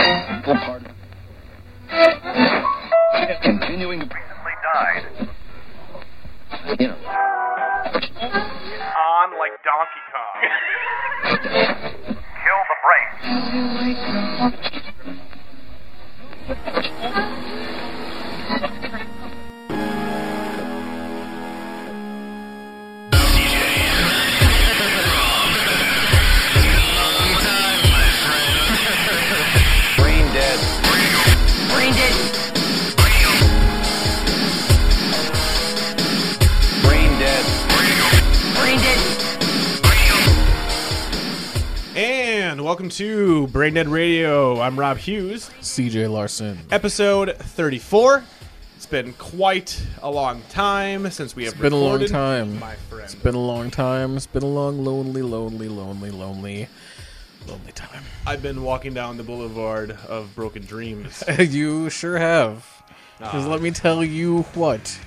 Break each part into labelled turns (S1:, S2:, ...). S1: Pardon. Continuing to
S2: died
S1: you know.
S2: on like Donkey Kong. Kill the brakes.
S3: Brain dead.
S4: Brain dead.
S3: Brain dead.
S4: Brain dead.
S5: And welcome to Brain Dead Radio. I'm Rob Hughes,
S6: CJ Larson.
S5: episode 34. It's been quite a long time since we have
S6: It's been a long
S5: recorded,
S6: time.
S5: my friend.
S6: It's been a long time. It's been a long, lonely, lonely, lonely, lonely, lonely time.
S5: I've been walking down the boulevard of broken dreams.
S6: you sure have. Because let me tell you what.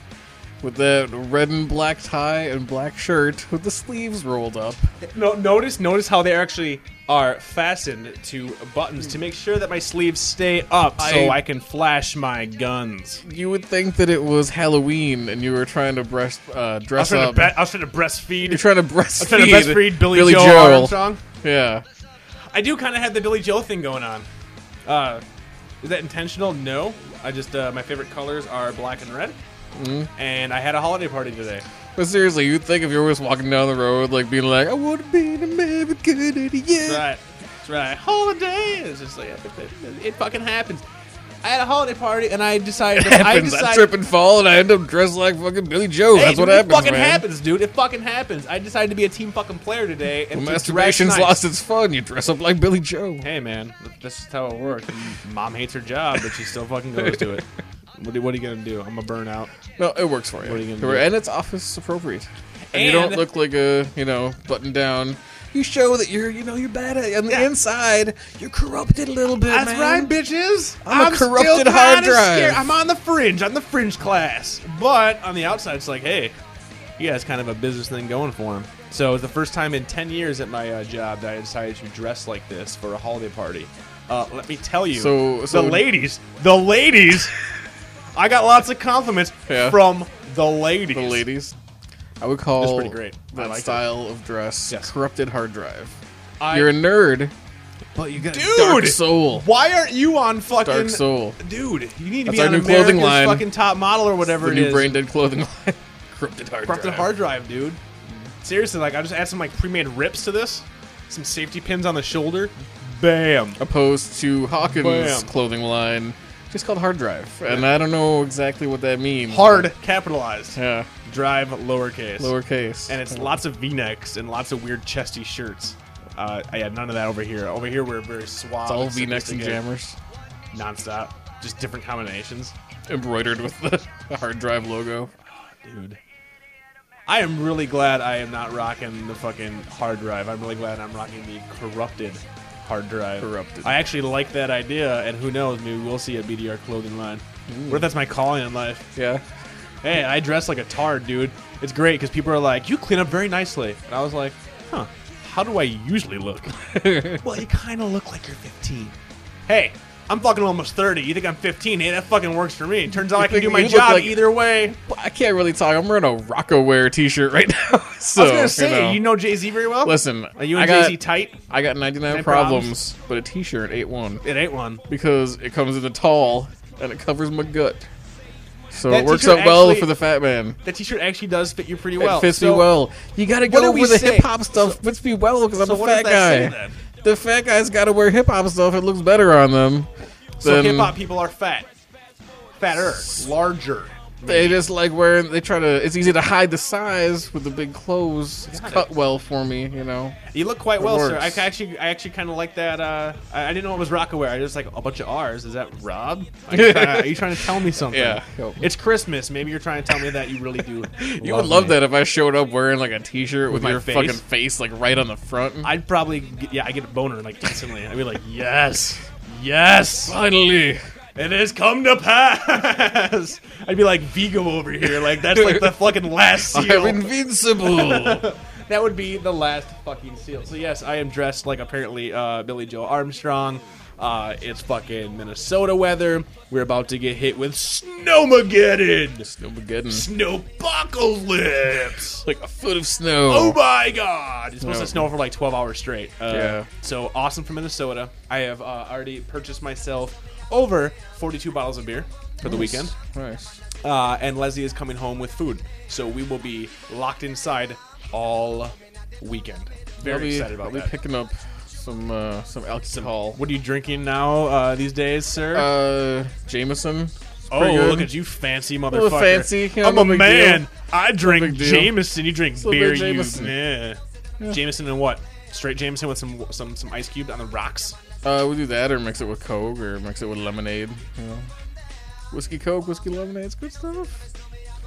S6: With that red and black tie and black shirt with the sleeves rolled up.
S5: no, notice, notice how they actually are fastened to buttons to make sure that my sleeves stay up, so
S6: I-
S5: I can flash my guns.
S6: You would think that it was Halloween and you were trying to breast, uh,
S5: I was
S6: dress
S5: trying
S6: up.
S5: to, bre- I was trying to breastfeed.
S6: You're trying to
S5: I
S6: breastfeed,
S5: was trying to breastfeed Billy, Joe Armstrong.
S6: Yeah.
S5: I do kind of have the Billy Joe thing going on. Uh, is that intentional? No. I just uh, my favorite colors are black and red.
S6: Mm-hmm.
S5: And I had a holiday party today.
S6: But seriously, you'd think if you're always walking down the road, like being like, I want to be an American idiot.
S5: That's right. That's right. Holiday. It's just like it, it fucking happens. I had a holiday party and I decided. I
S6: happens. I,
S5: decided.
S6: trip and fall, and I end up dressed like fucking Billy Joe.
S5: Hey,
S6: That's what
S5: dude,
S6: happens,
S5: It fucking
S6: man.
S5: happens, dude. It fucking happens. I decided to be a team fucking player today. And
S6: When
S5: to
S6: masturbation's
S5: dress nice.
S6: lost its fun. You dress up like Billy Joe.
S5: Hey, man, this is how it works. Mom hates her job, but she still fucking goes to it. What are, what are you gonna do? I'm gonna burn out.
S6: No, it works for you.
S5: What are you gonna
S6: We're-
S5: do?
S6: and it's office appropriate. And, you
S5: And-
S6: don't look like a you know button down. You show that you're you know you're bad at on the
S5: Yeah.
S6: inside. You're corrupted a little bit.
S5: That's
S6: man.
S5: right, bitches.
S6: I'm a
S5: still
S6: corrupted
S5: kinda
S6: hard drive.
S5: scared. I'm on the fringe. I'm the fringe class. But on the outside, it's like, hey, he has kind of a business thing going for him. So it's the first time in 10 years at my uh, job that I decided to dress like this for a holiday party. Uh, let me tell you,
S6: So- so-
S5: the ladies, the ladies, I got lots of compliments
S6: Yeah.
S5: from the ladies.
S6: The ladies. I would call
S5: pretty great. I
S6: that
S5: like it.
S6: style of dress
S5: Yes.
S6: corrupted hard drive.
S5: I-
S6: you're a nerd.
S5: but you got dude,
S6: dark soul.
S5: Why aren't you on fucking
S6: Dark soul.
S5: Dude, you need to
S6: That's
S5: be
S6: our
S5: on
S6: new clothing
S5: America's
S6: line.
S5: fucking top model or whatever
S6: The
S5: it
S6: new
S5: is.
S6: brain dead clothing line. corrupted hard
S5: Corrupted
S6: drive.
S5: hard drive, dude. Seriously, like I just add some like pre-made rips to this, some safety pins on the shoulder, bam.
S6: opposed to Hawkins'
S5: Bam.
S6: clothing line, just called Hard Drive. And I don't know exactly what that means.
S5: Hard capitalized,
S6: Yeah,
S5: drive lowercase,
S6: lowercase.
S5: and it's lots of V-necks and lots of weird chesty shirts. Uh, yeah, none of that over here. Over here we're very suave.
S6: It's all
S5: and
S6: V-necks and
S5: sophisticated,
S6: jammers,
S5: nonstop, just different combinations,
S6: embroidered with the, the Hard Drive logo.
S5: dude. I am really glad I am not rocking the fucking hard drive. I'm really glad I'm rocking the corrupted hard drive.
S6: Corrupted.
S5: I actually like that idea, and who knows, maybe we'll see a BDR clothing line. What if that's my calling in life?
S6: Yeah.
S5: Hey, I dress like a tard, dude. It's great because people are like, "You clean up very nicely," and I was like, "Huh? How do I usually look?" well, you kind of look like you're 15. Hey, I'm fucking almost 30. You think I'm 15? Hey, that fucking works for me. Turns out I can
S6: think
S5: do my
S6: you look
S5: job
S6: like-
S5: either way.
S6: Well, I can't really talk. I'm wearing a Rockaware t-shirt right now. So,
S5: I was gonna say,
S6: you know.
S5: you know Jay Z very well.
S6: Listen,
S5: are you
S6: I
S5: and Jay
S6: got-
S5: Z tight?
S6: I got 99
S5: no
S6: problems, but a t-shirt ain't one
S5: It ain't one.
S6: because it comes in a tall and it covers my gut. So
S5: That
S6: it works
S5: t-shirt
S6: out well
S5: actually-
S6: for the fat man.
S5: That T-shirt actually does fit you pretty well.
S6: it fits
S5: So-
S6: me well. You gotta
S5: What
S6: go
S5: did we
S6: over the
S5: say?
S6: hip hop stuff. fits me well because I'm
S5: so
S6: a
S5: what
S6: fat
S5: does that say
S6: guy.
S5: then?
S6: The fat guys gotta wear hip hop stuff. It looks better on them.
S5: So
S6: than-
S5: hip hop people are fat, fatter, larger.
S6: They just like wearing. They try to. It's easy to hide the size with the big clothes. It's
S5: Got
S6: cut
S5: it.
S6: well for me, you know.
S5: You look quite well, sir. I
S6: works.
S5: actually, I actually kind of like that. Uh, I, I didn't know it was rock aware. I just like a bunch of R's. Is that Rob? Are you trying, are you trying to tell me something?
S6: Yeah.
S5: It's Christmas. Maybe you're trying to tell me that you really do.
S6: You would love
S5: me.
S6: that if I showed up wearing like a t-shirt with,
S5: my
S6: your
S5: face?
S6: fucking face like right on the front.
S5: I'd probably, get, yeah, I get a boner like instantly. I'd be like, yes, yes.
S6: Finally,
S5: It has come to pass. I'd be like Vigo over here. Like that's like the fucking last seal.
S6: I'm invincible.
S5: that would be the last fucking seal. So yes, I am dressed like apparently uh, Billy Joe Armstrong. Uh, it's fucking Minnesota weather. We're about to get hit with snowmageddon.
S6: Snowmageddon.
S5: Snowpocalypse.
S6: Like a foot of snow.
S5: Oh my god! It's supposed
S6: No.
S5: to snow for like 12 hours straight. Uh,
S6: Yeah.
S5: So awesome for Minnesota. I have uh, already purchased myself over 42 bottles of beer for the weekend.
S6: Nice.
S5: Uh, and Leslie is coming home with food. So we will be locked inside all weekend. Very
S6: I'll be,
S5: excited about
S6: I'll be
S5: that.
S6: picking up some uh, some alcohol.
S5: what are you drinking now uh, these days, sir?
S6: uh, Jameson. It's
S5: oh,
S6: pretty good.
S5: look at you, fancy motherfucker!
S6: little fancy, you know,
S5: I'm
S6: no
S5: a
S6: big
S5: man.
S6: deal.
S5: I drink
S6: big deal.
S5: Jameson. You drink
S6: little
S5: beer.
S6: bit Jameson.
S5: You yeah. Jameson and what? Straight Jameson with some some some ice cubes on the rocks.
S6: Uh, we do that, or mix it with Coke, or mix it with lemonade. You know. Whiskey Coke, whiskey lemonade, it's good stuff.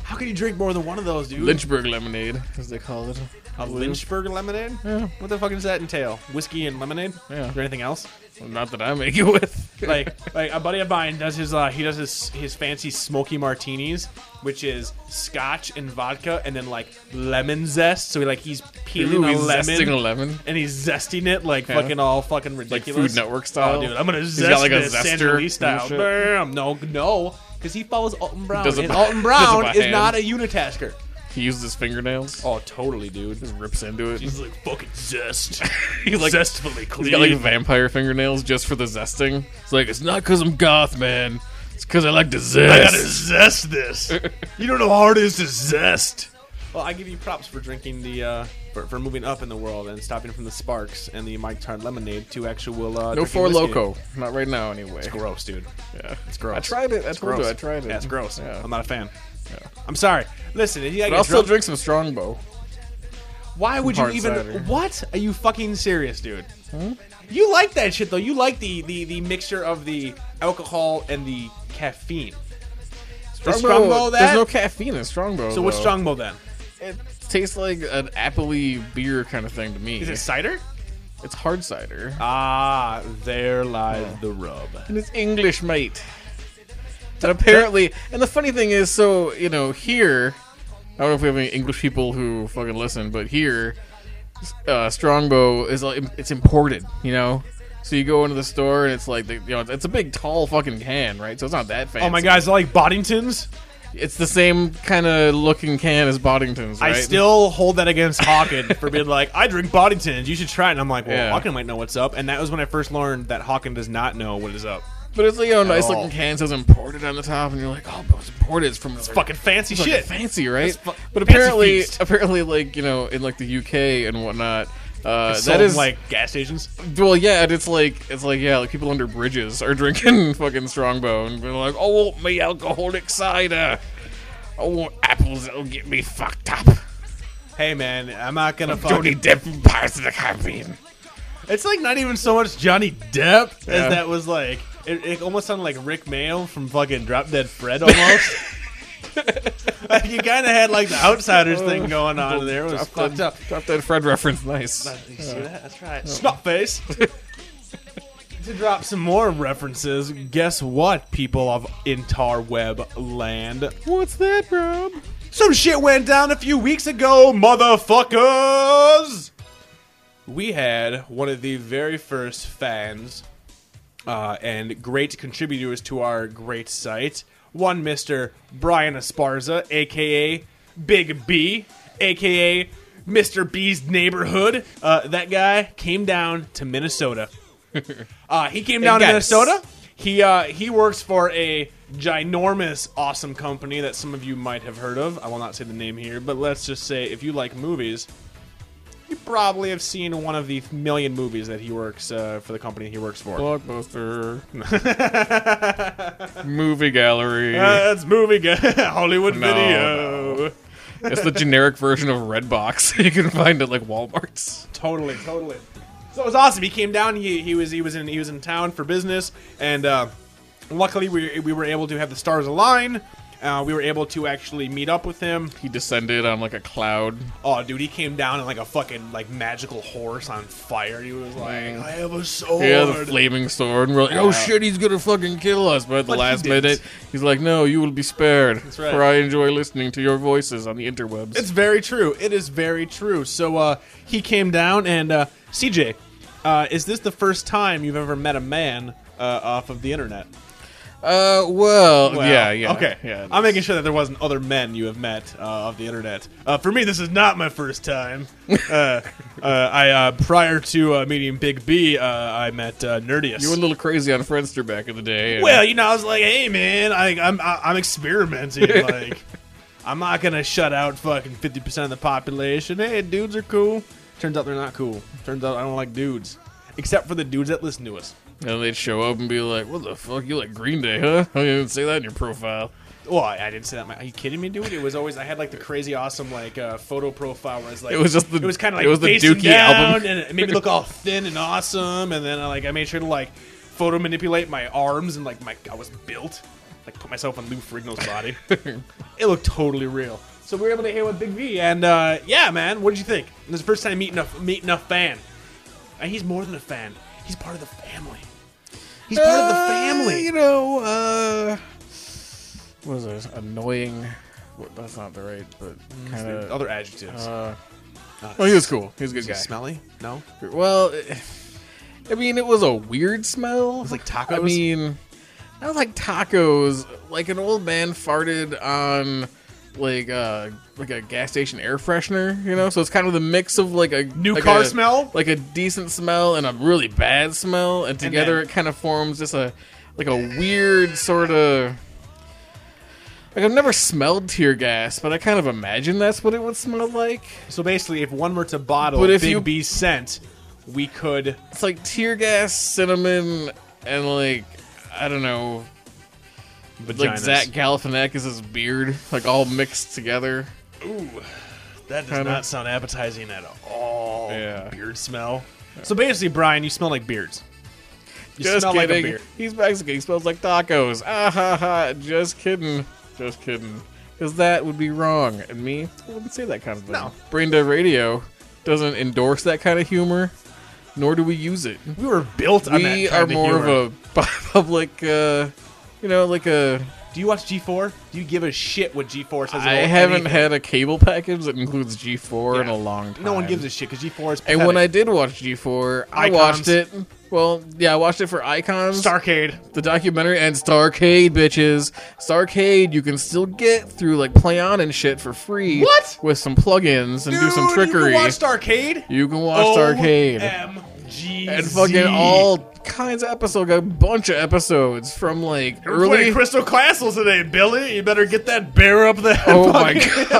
S5: How can you drink more than one of those, dude?
S6: Lynchburg lemonade, as they call it.
S5: a Lynchburg lemonade?
S6: Yeah.
S5: What the fuck does that entail? Whiskey and lemonade?
S6: Yeah.
S5: Is there anything else?
S6: Well, not that I make it with.
S5: like like a buddy of mine does his uh, he does his his fancy smoky martinis, which is scotch and vodka and then like lemon zest. So he like he's peeling
S6: Ooh,
S5: a
S6: he's
S5: lemon.
S6: zesting a lemon.
S5: and he's zesting it like fucking all fucking ridiculous.
S6: Food Network style?
S5: Oh, dude, I'm gonna
S6: He's
S5: zest
S6: got, like, a
S5: this
S6: zester
S5: Sandra Lee
S6: and
S5: style.
S6: shit.
S5: Bam! No, no, because he follows Alton Brown,
S6: Does it
S5: and
S6: by-
S5: Alton
S6: does it
S5: Brown
S6: by
S5: is
S6: hand.
S5: not a unitasker.
S6: He uses his fingernails.
S5: Oh, totally, dude.
S6: Just rips into it.
S5: He's like fucking zest.
S6: He's like-
S5: zestfully clean.
S6: He's got like vampire fingernails just for the zesting. It's like it's not because I'm goth, man. It's because I like to
S5: I gotta
S6: zest.
S5: zest this. you don't know how hard it is to zest. Well, I give you props for drinking the, uh, for, for moving up in the world and stopping from the Sparks and the Mike Tard Lemonade to actual. Uh,
S6: No
S5: drinking
S6: four
S5: whiskey.
S6: loco, not right now anyway.
S5: Gross, dude.
S6: Yeah.
S5: It's gross.
S6: I tried it. I told
S5: gross.
S6: you I tried it.
S5: That's gross.
S6: Yeah.
S5: I'm not a fan. I'm sorry. Listen, if you gotta
S6: But
S5: get
S6: I'll still
S5: drunk-
S6: drink some Strongbow.
S5: why would you
S6: hard
S5: even?
S6: cider. Hmm?
S5: What are you fucking serious, dude? You like that shit though. You like the the the mixture of the alcohol and the caffeine. Strongbow, Strongbow that.
S6: There's no caffeine in Strongbow.
S5: so what's
S6: though.
S5: Strongbow then?
S6: It tastes like an appley beer kind of thing to me.
S5: Is it cider?
S6: It's hard cider.
S5: Ah, there lies the rub.
S6: and it's English, mate. And apparently, and the funny thing is, so you know, here, I don't know if we have any English people who fucking listen, but here, uh, Strongbow is like it's imported, you know. So you go into the store and it's like the, you know it's a big tall fucking can, right? So it's not that fancy.
S5: Oh my god, is it like Boddington's?
S6: It's the same kind of looking can as Boddington's. Right?
S5: I still hold that against Hawken for being like, I drink Boddington's, you should try it. And I'm like, well,
S6: Yeah.
S5: Hawken might know what's up. And that was when I first learned that Hawken does not know what is up.
S6: but it's like you know, nice
S5: all.
S6: looking can says imported on the top, and you're like, oh, but it's imported. It's from this
S5: Fucking fancy
S6: It's
S5: shit.
S6: fucking fancy, right?
S5: fu-
S6: but
S5: fancy
S6: apparently,
S5: feast.
S6: apparently, like you know, in like the UK and whatnot, uh,
S5: Sold
S6: that
S5: in,
S6: is
S5: like gas stations.
S6: well, yeah, and it's like it's like yeah, like people under bridges are drinking fucking Strongbow and they're like, I want me alcoholic cider, I want apples that'll get me fucked up.
S5: Hey man, I'm not gonna
S6: Johnny
S5: fucking.
S6: Depp parts of the Caribbean.
S5: It's like not even so much Johnny Depp
S6: Yeah.
S5: as that was like. It, it almost sounded like Rick Mayo from fucking Drop Dead Fred almost. like you kind of had like the outsiders thing going on there. It was
S6: Drop
S5: fucked
S6: that-
S5: up.
S6: Drop that Fred reference, nice.
S5: You see that? That's right. Snot face. to drop some more references, guess what, people of Intarweb land?
S6: What's that, Rob?
S5: Some shit went down a few weeks ago, motherfuckers! We had one of the very first fans uh, and great contributors to our great site, one Mr. Brian Esparza, aka Big B, aka Mr. B's neighborhood. Uh, that guy came down to Minnesota. Uh, he came down to
S6: Yes.
S5: Minnesota. He uh, he works for a ginormous, awesome company that some of you might have heard of. I will not say the name here, but let's just say if you like movies, you probably have seen one of the million movies that he works uh, for the company he works for.
S6: Blockbuster. Movie gallery.
S5: That's movie guy. Hollywood
S6: No,
S5: Video.
S6: it's the generic version of Redbox. You can find it like Walmart's.
S5: Totally, totally. So it was awesome. He came down. He, he was he was in he was in town for business, and uh, luckily we we were able to have the stars align. Uh, we were able to actually meet up with him.
S6: He descended on like a cloud.
S5: Oh, dude, he came down in like a fucking like magical horse on fire. He was like,
S6: Mm.
S5: I have a sword.
S6: Yeah, the flaming sword. And we're like, oh shit, he's gonna fucking kill us. But at the
S5: But he
S6: last
S5: didn't.
S6: minute, he's like, no, you will be spared.
S5: right.
S6: For I enjoy listening to your voices on the interwebs.
S5: It's very true. It is very true. So uh, he came down, and uh, CJ, Uh, is this the first time you've ever met a man uh, off of the internet?
S6: Uh, well,
S5: Well,
S6: yeah, yeah.
S5: Okay,
S6: Yeah.
S5: I'm making sure that there wasn't other men you have met uh, off the internet. Uh, for me, this is not my first time. uh, uh, I uh, prior to uh, meeting Big B, uh, I met uh, Nerdius.
S6: You were a little crazy on Friendster back in the day. and-
S5: well, you know, I was like, hey man, I, I'm I, I'm experimenting. like, I'm not gonna shut out fucking 50 percent of the population. Hey, dudes are cool. Turns out they're not cool. Turns out I don't like dudes, except for the dudes that listen to us.
S6: and they'd show up and be like, "What the fuck? You like Green Day, huh? I didn't say that in your profile."
S5: Well, I, I didn't say that. My, are you kidding me, dude? It was always I had like the crazy awesome like uh, photo profile where I was like
S6: It was just the-
S5: it was kind of like
S6: it was the
S5: facing
S6: Dookie
S5: down
S6: album.
S5: and it made me look all thin and awesome. And then I like I made sure to like photo manipulate my arms and like my I was built like put myself on Lou Frigno's body. it looked totally real. So we were able to hang with Big V and uh, yeah, man, what did you think? It was the first time meeting a meeting a fan, and he's more than a fan. He's part of the family. He's part of the
S6: Uh,
S5: family.
S6: you know, uh, what is this? Annoying. Well, that's not the right, but
S5: Mm.
S6: kind of.
S5: Other adjectives.
S6: Uh, well, he was cool. He was a good guy.
S5: Smelly? No.
S6: Well, it- I mean, it was a weird smell. It was
S5: like tacos?
S6: I mean, not like tacos. Like an old man farted on like uh like a gas station air freshener, you know. So it's kind of the mix of like a
S5: New
S6: like
S5: car
S6: a-
S5: smell?
S6: like a decent smell and a really bad smell, and together
S5: then-
S6: it kind of forms just a like a weird sort of. Like I've never smelled tear gas, but I kind of imagine that's what it would smell like.
S5: So basically, if one were to bottle
S6: But if
S5: Big
S6: you-
S5: B's scent, we could.
S6: it's like tear gas, cinnamon, and like I don't know, like
S5: Vaginas.
S6: Zach Galifianakis's beard, like all mixed together.
S5: that does
S6: kinda-
S5: not sound appetizing at all.
S6: Yeah.
S5: Beard smell. So basically, Brian, you smell like beards. You
S6: Just
S5: smell
S6: kidding.
S5: like a beard.
S6: He's Mexican. He smells like tacos. Ah ha ha. Just kidding. Just kidding. Because that would be wrong. And me, I wouldn't say that kind of thing.
S5: No.
S6: Brain Dead Radio doesn't endorse that kind of humor, nor do we use it.
S5: We were built on that.
S6: we
S5: kind
S6: are more of a public, uh, you know, like a
S5: a. Do you watch G4? Do you give a shit what G4 says?
S6: I
S5: about
S6: haven't
S5: anything?
S6: had a cable package that includes G4 in
S5: Yeah.
S6: a long time.
S5: No one gives a shit because G4 is. Pathetic.
S6: And when I did watch G4, I
S5: Icons.
S6: watched it. Well, yeah, I watched it for Icons,
S5: Starcade.
S6: the documentary, and Starcade, bitches. Starcade, you can still get through like Play On and shit for free.
S5: What?
S6: With some plugins and do some
S5: Dude,
S6: trickery.
S5: You can watch Oh, Starcade.
S6: You can watch Starcade.
S5: OMG.
S6: and fucking all kinds of episodes, got a bunch of episodes from like
S5: We're
S6: early.
S5: playing Crystal Castles today, Billy. You better get that bear up there.
S6: Oh my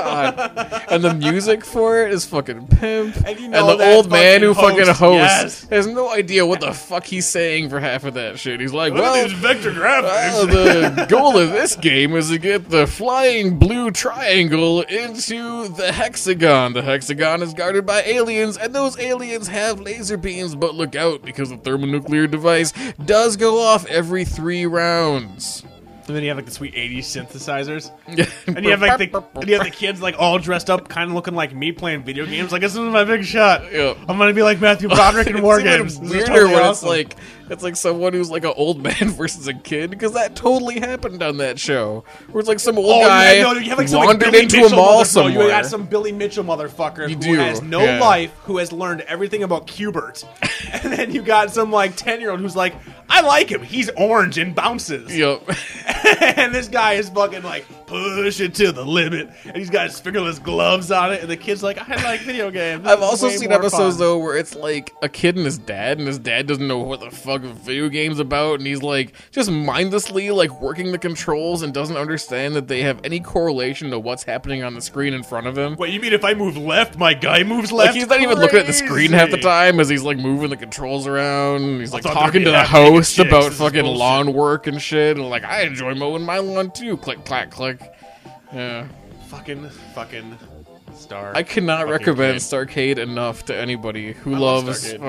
S6: god! And the music for it is fucking pimp.
S5: And
S6: And,
S5: you know
S6: the
S5: that
S6: old man who
S5: fucking
S6: fucking
S5: host,
S6: hosts
S5: yes.
S6: has no idea what the fuck he's saying for half of that shit. He's like,
S5: Look
S6: well.
S5: at these vector
S6: uh,
S5: graphics.
S6: the goal of this game is to get the flying blue triangle into the hexagon. The hexagon is guarded by aliens, and those aliens have laser beams, but look out because the thermonuclear device does go off every three rounds.
S5: and then you have like the sweet 80s synthesizers. And you have like the and you have the kids like all dressed up, kind of looking like me playing video games. Like this is my big shot.
S6: Yeah.
S5: I'm gonna be like Matthew Broderick in War
S6: it's even
S5: Games. This is
S6: Weirder
S5: totally
S6: when
S5: awesome.
S6: it's like it's like someone who's like an old man versus a kid because that totally happened on that show. Where it's like some old
S5: Oh, yeah,
S6: guy
S5: no, you have like some, like,
S6: wandered
S5: Billy
S6: into
S5: Mitchell
S6: a mall
S5: motherfucker.
S6: somewhere.
S5: You got some Billy Mitchell motherfucker
S6: You
S5: who
S6: do,
S5: has no
S6: yeah.
S5: life, who has learned everything about Cubert, and then you got some like ten year old who's like, I like him. He's orange and bounces.
S6: Yup.
S5: and this guy is fucking like push it to the limit, and he's got his fingerless gloves on it, and the kid's like, I like video games. This
S6: I've
S5: is
S6: also
S5: way
S6: seen
S5: more
S6: episodes
S5: fun."
S6: though where it's like a kid and his dad, and his dad doesn't know what the fuck a video game's about, and he's like just mindlessly like working the controls and doesn't understand that they have any correlation to what's happening on the screen in front of him.
S5: Wait, you mean if I move left, my guy moves left?
S6: Like he's not even looking at the screen half the
S5: Crazy.
S6: time as he's like moving the controls around. and He's like
S5: thought
S6: talking
S5: there'd be
S6: to the
S5: half naked
S6: host
S5: chicks.
S6: about
S5: This is
S6: fucking
S5: bullshit.
S6: lawn work and shit. And like I enjoy mowing my lawn too. Click clack click. Yeah,
S5: Fucking, fucking star.
S6: I cannot recommend
S5: kid.
S6: Starcade enough to anybody who
S5: love
S6: loves
S5: Starcade.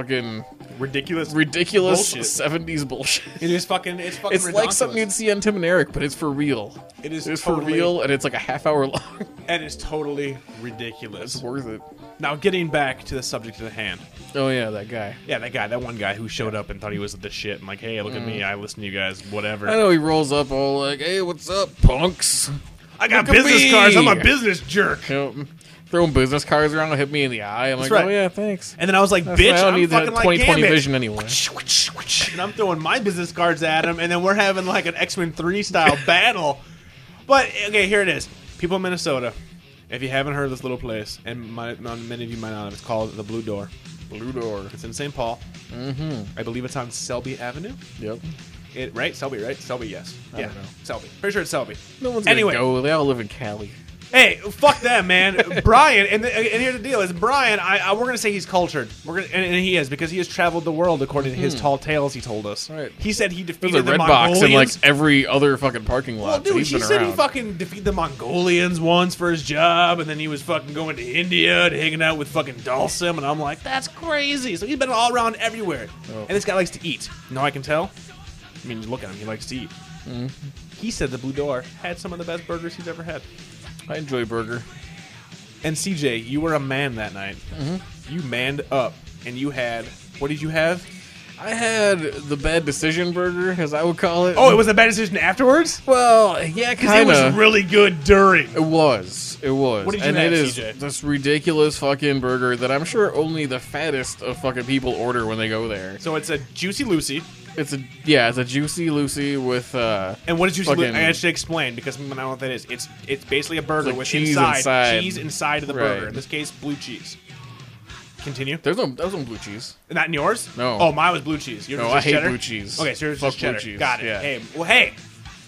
S6: fucking
S5: ridiculous.
S6: ridiculous
S5: Bullshit.
S6: seventies bullshit.
S5: it is fucking. It's fucking.
S6: It's like something
S5: ridiculous.
S6: you'd see on Tim and Eric, but it's for real.
S5: It is
S6: It's for
S5: totally-
S6: real, and it's like a half hour long.
S5: and it's totally
S6: it's
S5: ridiculous.
S6: worth it.
S5: Now, getting back to the subject at hand.
S6: Oh yeah, that guy.
S5: Yeah, that guy, that one guy who showed up and thought he was the shit, and like, hey, look
S6: Mm.
S5: at me, I listen to you guys, whatever.
S6: I know he rolls up all like, "Hey, what's up, punks?"
S5: I got
S6: Look at
S5: business
S6: me.
S5: cards. I'm a business jerk.
S6: Yep. throwing business cards around and hit me in the eye. I'm
S5: That's
S6: like,
S5: right.
S6: oh yeah, thanks.
S5: And then I was like,
S6: That's
S5: bitch,
S6: why I don't
S5: I'm
S6: need that
S5: fucking like
S6: 2020
S5: Gambit.
S6: vision anyway.
S5: and I'm throwing my business cards at him, and then we're having like an X Men 3 style battle. But, okay, here it is. People in Minnesota, if you haven't heard of this little place, and my, not- many of you might not have, it's called The Blue Door.
S6: Blue door.
S5: It's in St. Paul. Mm-hmm. I believe it's on Selby Avenue.
S6: Yep.
S5: It, right? Selby, right? Selby, yes.
S6: I
S5: yeah.
S6: don't know.
S5: Selby. Pretty sure it's Selby.
S6: No one's gonna
S5: anyway,
S6: go. They all live in Cali.
S5: Hey, fuck them, man. Brian, and, and here's the deal: is Brian. I, I we're gonna say he's cultured. We're gonna, and, and he is because he has traveled the world according to his tall tales. He told us.
S6: Hmm. Right.
S5: He said he
S6: There's
S5: defeated
S6: a
S5: the
S6: red
S5: Mongolians.
S6: box in like every other fucking parking lot.
S5: well,
S6: so
S5: dude,
S6: he's
S5: he
S6: been
S5: said he
S6: around.
S5: fucking defeated the Mongolians once for his job, and then he was fucking going to India and hanging out with fucking Dalsim, and I'm like, that's crazy. So he's been all around everywhere,
S6: Oh.
S5: and this guy likes to eat. No, I can tell. I mean, look at him; he likes to eat.
S6: Mm-hmm.
S5: He said the Blue Door had some of the best burgers he's ever had.
S6: I enjoy burger.
S5: And CJ, you were a man that night.
S6: Mm-hmm.
S5: You manned up, and you had what did you have?
S6: I had the bad decision burger, as I would call it.
S5: Oh, it was a bad decision afterwards.
S6: well, yeah,
S5: Because
S6: kind
S5: it
S6: of.
S5: was really good during.
S6: It was. It was.
S5: What did you
S6: and
S5: have,
S6: it is
S5: CJ?
S6: this ridiculous fucking burger that I'm sure only the fattest of fucking people order when they go there.
S5: So it's a juicy Lucy,
S6: It's a yeah, it's a juicy Lucy with uh
S5: and what is juicy?
S6: Fucking-
S5: Lucy? I should explain because I don't know what that is. It's it's basically a burger
S6: like
S5: with
S6: cheese
S5: inside,
S6: inside.
S5: cheese inside of the
S6: Right.
S5: burger. In this case, blue cheese. Continue.
S6: there's no there's no blue cheese.
S5: Not in yours?
S6: No.
S5: Oh, mine was blue cheese. Yours
S6: No,
S5: was
S6: I
S5: just
S6: hate
S5: cheddar?
S6: blue cheese.
S5: Okay, so yours
S6: Fuck
S5: was just
S6: blue
S5: cheddar.
S6: cheese,
S5: Got it.
S6: yeah.
S5: Hey, well, hey,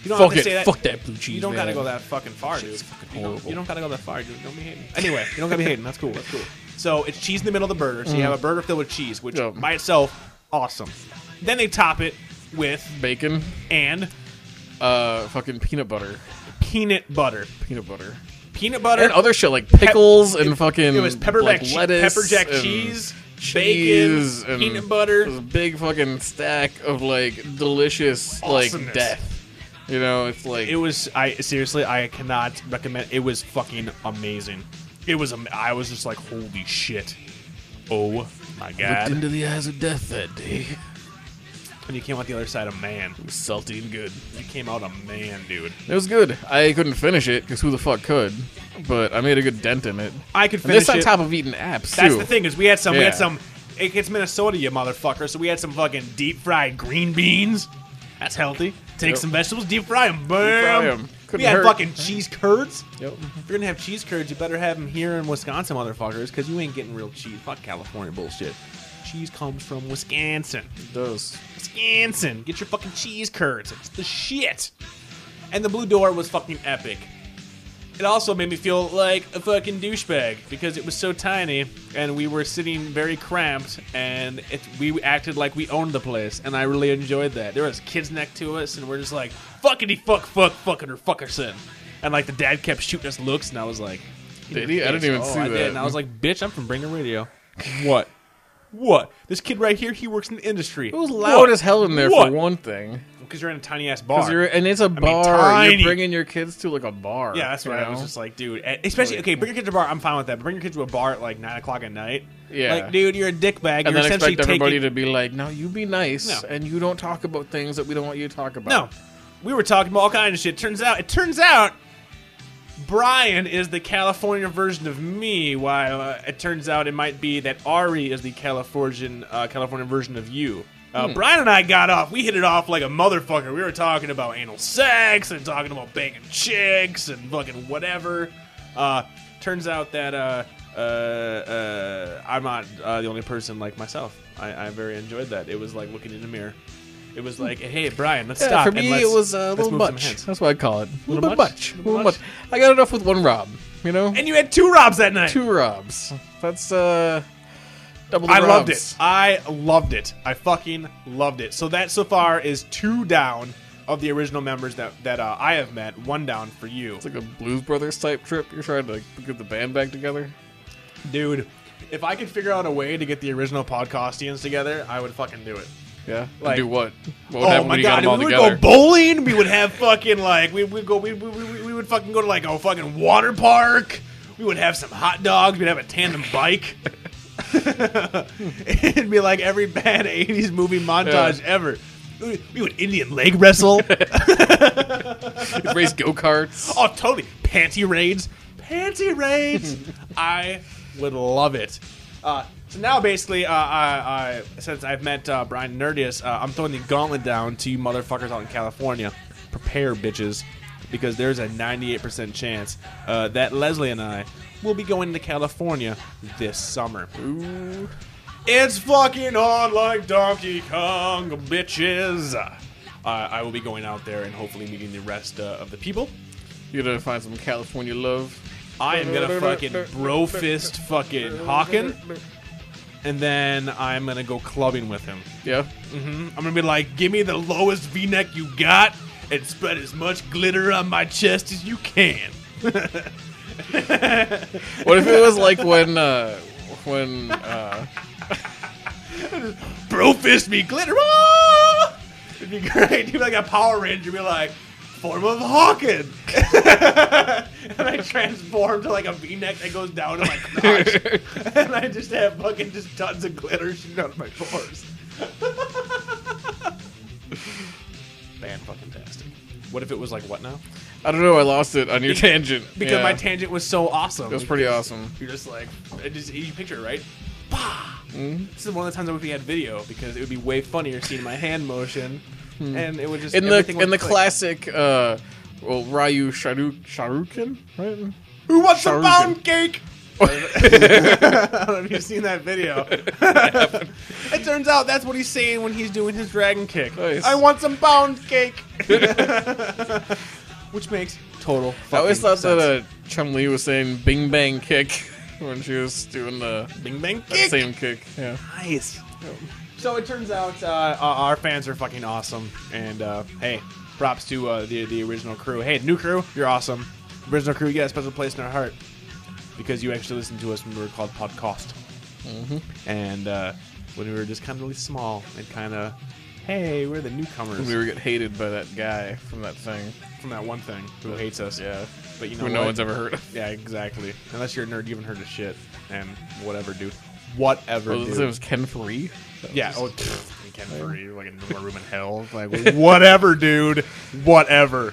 S5: you don't have
S6: Fuck
S5: to
S6: it.
S5: say that.
S6: Fuck that blue cheese,
S5: You don't gotta
S6: man.
S5: go that fucking far, dude.
S6: Shit's fucking
S5: You don't-
S6: horrible.
S5: You don't gotta go that far, dude. Don't be hating. Anyway, you don't gotta be hating. That's cool. That's cool. So it's cheese in the middle of the burger.
S6: Mm.
S5: So you have a burger filled with cheese, which
S6: Yep.
S5: by itself, awesome. Then they top it with
S6: Bacon,
S5: and
S6: uh fucking peanut butter.
S5: peanut butter.
S6: Peanut butter.
S5: Peanut butter
S6: And other shit like pickles and fucking
S5: It was pepper
S6: like
S5: jack,
S6: lettuce
S5: pepper jack
S6: and
S5: cheese,
S6: cheese
S5: bacon,
S6: and
S5: peanut butter.
S6: This big fucking stack of like delicious
S5: Awesomeness.
S6: like death. You know, it's like
S5: It was I seriously I cannot recommend. It was fucking amazing. It was am- I was just like holy shit. Oh my
S6: looked
S5: god.
S6: into the eyes of death that day.
S5: And you came out the other side a man.
S6: Salty and good.
S5: You came out a man, dude.
S6: It was good. I couldn't finish it because who the fuck could? But I made a good dent in it.
S5: I could
S6: and this
S5: finish
S6: on
S5: it.
S6: top of eating apps
S5: That's
S6: too.
S5: the thing is we had some we had
S6: Yeah.
S5: some it gets Minnesota you motherfucker. So we had some fucking deep fried green beans. That's healthy. Take
S6: Yep.
S5: some vegetables, deep fry them.
S6: fry
S5: Bam.
S6: 'em. Couldn't
S5: we had
S6: hurt.
S5: fucking cheese curds.
S6: Yep.
S5: If you're gonna have cheese curds, you better have them here in Wisconsin, motherfuckers, because you ain't getting real cheese. Fuck California bullshit. Cheese comes from Wisconsin.
S6: It does.
S5: Wisconsin, get your fucking cheese curds. It's the shit. And the Blue Door was fucking epic. It also made me feel like a fucking douchebag because it was so tiny and we were sitting very cramped and it, we acted like we owned the place and I really enjoyed that. There was kids next to us and we're just like fuckity fuck fuck fucking or fuckerson. And like the dad kept shooting us looks and I was like,
S6: Did he? I didn't even
S5: oh,
S6: see
S5: I
S6: that.
S5: Did. And I was like, bitch, I'm from Bringer Radio. what? What? This kid right here, he works in the industry.
S6: it was loud as hell in there
S5: What?
S6: for one thing.
S5: Because you're in a tiny ass
S6: 'Cause
S5: bar.
S6: You're, and it's a bar.
S5: tiny.
S6: You're bringing your kids to like a bar.
S5: yeah, that's
S6: you
S5: right. I was
S6: know?
S5: just like, dude, and especially okay, bring your kids to a bar. I'm fine with that. But bring your kids to a bar at like nine o'clock at night.
S6: Yeah.
S5: like, dude, you're a dick bag.
S6: and
S5: you're
S6: then
S5: essentially
S6: expect everybody
S5: taking,
S6: to be like, "No, you be nice,
S5: No.
S6: and you don't talk about things that we don't want you to talk
S5: No,
S6: about."
S5: we were talking about all kinds of shit. Turns out, it turns out, Brian is the California version of me. While uh, it turns out, it might be that Ari is the Californian uh, California version of you.
S6: Hmm.
S5: Uh, Brian and I got off. We hit it off like a motherfucker. We were talking about anal sex and talking about banging chicks and fucking whatever. Uh, turns out that uh, uh, uh, I'm not uh, the only person like myself. I, I very enjoyed that. It was like looking in the mirror. It was like, hey, Brian, let's
S6: Hmm. Yeah,
S5: stop.
S6: for
S5: and
S6: me,
S5: let's-
S6: it was uh, a
S5: let's
S6: little
S5: move some
S6: much.
S5: hands.
S6: That's what I call it. A little,
S5: Little
S6: bit
S5: much?
S6: much. A
S5: Little
S6: little
S5: much?
S6: much. I got it off with one Rob. You know,
S5: And you had two Robs that night.
S6: two Robs. That's uh, double. The
S5: I loved
S6: Robs.
S5: it. I loved it. I fucking loved it. So that so far is two down of the original members that that uh, I have met. One down for you,
S6: It's like a Blues Brothers type trip. You're trying to get the band back together.
S5: dude. If I could figure out a way to get the original podcastians together, I would fucking do it.
S6: Yeah.
S5: Like-
S6: Like, do what? What would
S5: Oh
S6: happen
S5: my
S6: when you got
S5: god,
S6: them all
S5: we would
S6: together?
S5: go bowling. We would have fucking like we would go we, we, we, we would fucking go to like a fucking water park. We would have some hot dogs. We'd have a tandem bike. It'd be like every bad '80s movie montage ever. We we would Indian leg wrestle.
S6: Race go karts.
S5: oh, totally panty raids. Panty raids. I would love it. Uh, so now, basically, uh, I, I, since I've met uh, Brian Nerdius, uh, I'm throwing the gauntlet down to you motherfuckers out in California. Prepare, bitches, because there's a 98% chance uh, that Leslie and I will be going to California this summer. It's fucking on like Donkey Kong, bitches. Uh, I will be going out there and hopefully meeting the rest uh, of the people.
S6: You're gonna find some California love.
S5: I am gonna fucking bro fist fucking Hawken, and then I'm gonna go clubbing with him.
S6: Yeah.
S5: I'm gonna be like, give me the lowest V-neck you got, and spread as much glitter on my chest as you can.
S6: What if it was like when uh when uh
S5: Bro fist me glitter. Ah! It'd be great. You'd be like a Power Ranger. Be like. Form of Hawken, and I transform to like a V-neck that goes down to my crotch, and I just have fucking just tons of glitter shooting out of my pores. Man, fucking tastic. What if it was like what now?
S6: I don't know, I lost it on your tangent.
S5: Because
S6: Yeah.
S5: my tangent was so awesome.
S6: It was pretty awesome.
S5: You're just like, it just, you picture it, right? Bah!
S6: Mm-hmm.
S5: This is one of the times I wish we had video because it would be way funnier seeing my hand motion, and it would just
S6: Hmm. In the
S5: everything would
S6: in the
S5: click.
S6: classic uh well Ryu Sharu Sharukin, right?
S5: Who wants
S6: Sharugan.
S5: a pound cake? I don't know if you've seen that video. it turns out that's what he's saying when he's doing his dragon kick.
S6: Nice.
S5: I want some pound cake, which makes total.
S6: I always thought
S5: sense.
S6: that uh, Chum Lee was saying "Bing Bang Kick" when she was doing the
S5: Bing bang
S6: that
S5: kick.
S6: same kick. Yeah.
S5: Nice. So it turns out uh, our- our fans are fucking awesome, and uh, hey, props to uh, the the original crew. Hey, new crew, you're awesome. Original crew, you got a special place in our heart because you actually listened to us when we were called Podcast,
S6: Mm-hmm.
S5: and uh, when we were just kind of really small and kind of, hey, we're the newcomers
S6: We were get hated by that guy from that thing.
S5: from that one thing who hates us.
S6: Yeah.
S5: but you know
S6: Who no
S5: what?
S6: one's ever heard of.
S5: Yeah, exactly. Unless you're a nerd, you haven't heard of shit, and whatever, dude. Whatever.
S6: Well, his
S5: dude.
S6: name was Ken Free.
S5: Yeah. Oh, pfft, Ken Furry, like in a room in hell. Like whatever, dude. Whatever.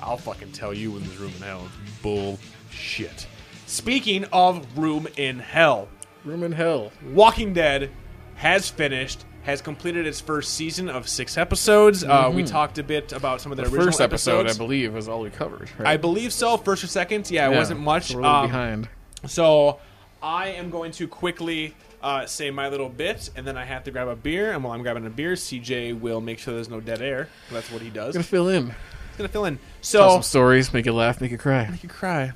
S5: I'll fucking tell you when this room in hell is bullshit. Speaking of room in hell,
S6: Room in Hell.
S5: Walking Dead has finished. Has completed its first season of six episodes. Uh, we talked a bit about some of their
S6: Mm-hmm. The
S5: original
S6: first episode,
S5: episodes.
S6: I believe, was all we covered. Right?
S5: I believe so. First or second? Yeah, it
S6: Yeah.
S5: wasn't much.
S6: So We're a little
S5: Um,
S6: behind.
S5: so I am going to quickly uh, say my little bit, and then I have to grab a beer. And while I'm grabbing a beer, CJ will make sure there's no dead air. That's what he does.
S6: Gonna
S5: He's
S6: fill in.
S5: gonna fill in.
S6: Tell
S5: So
S6: some stories, make you laugh, Oh. make you cry.
S5: you cry.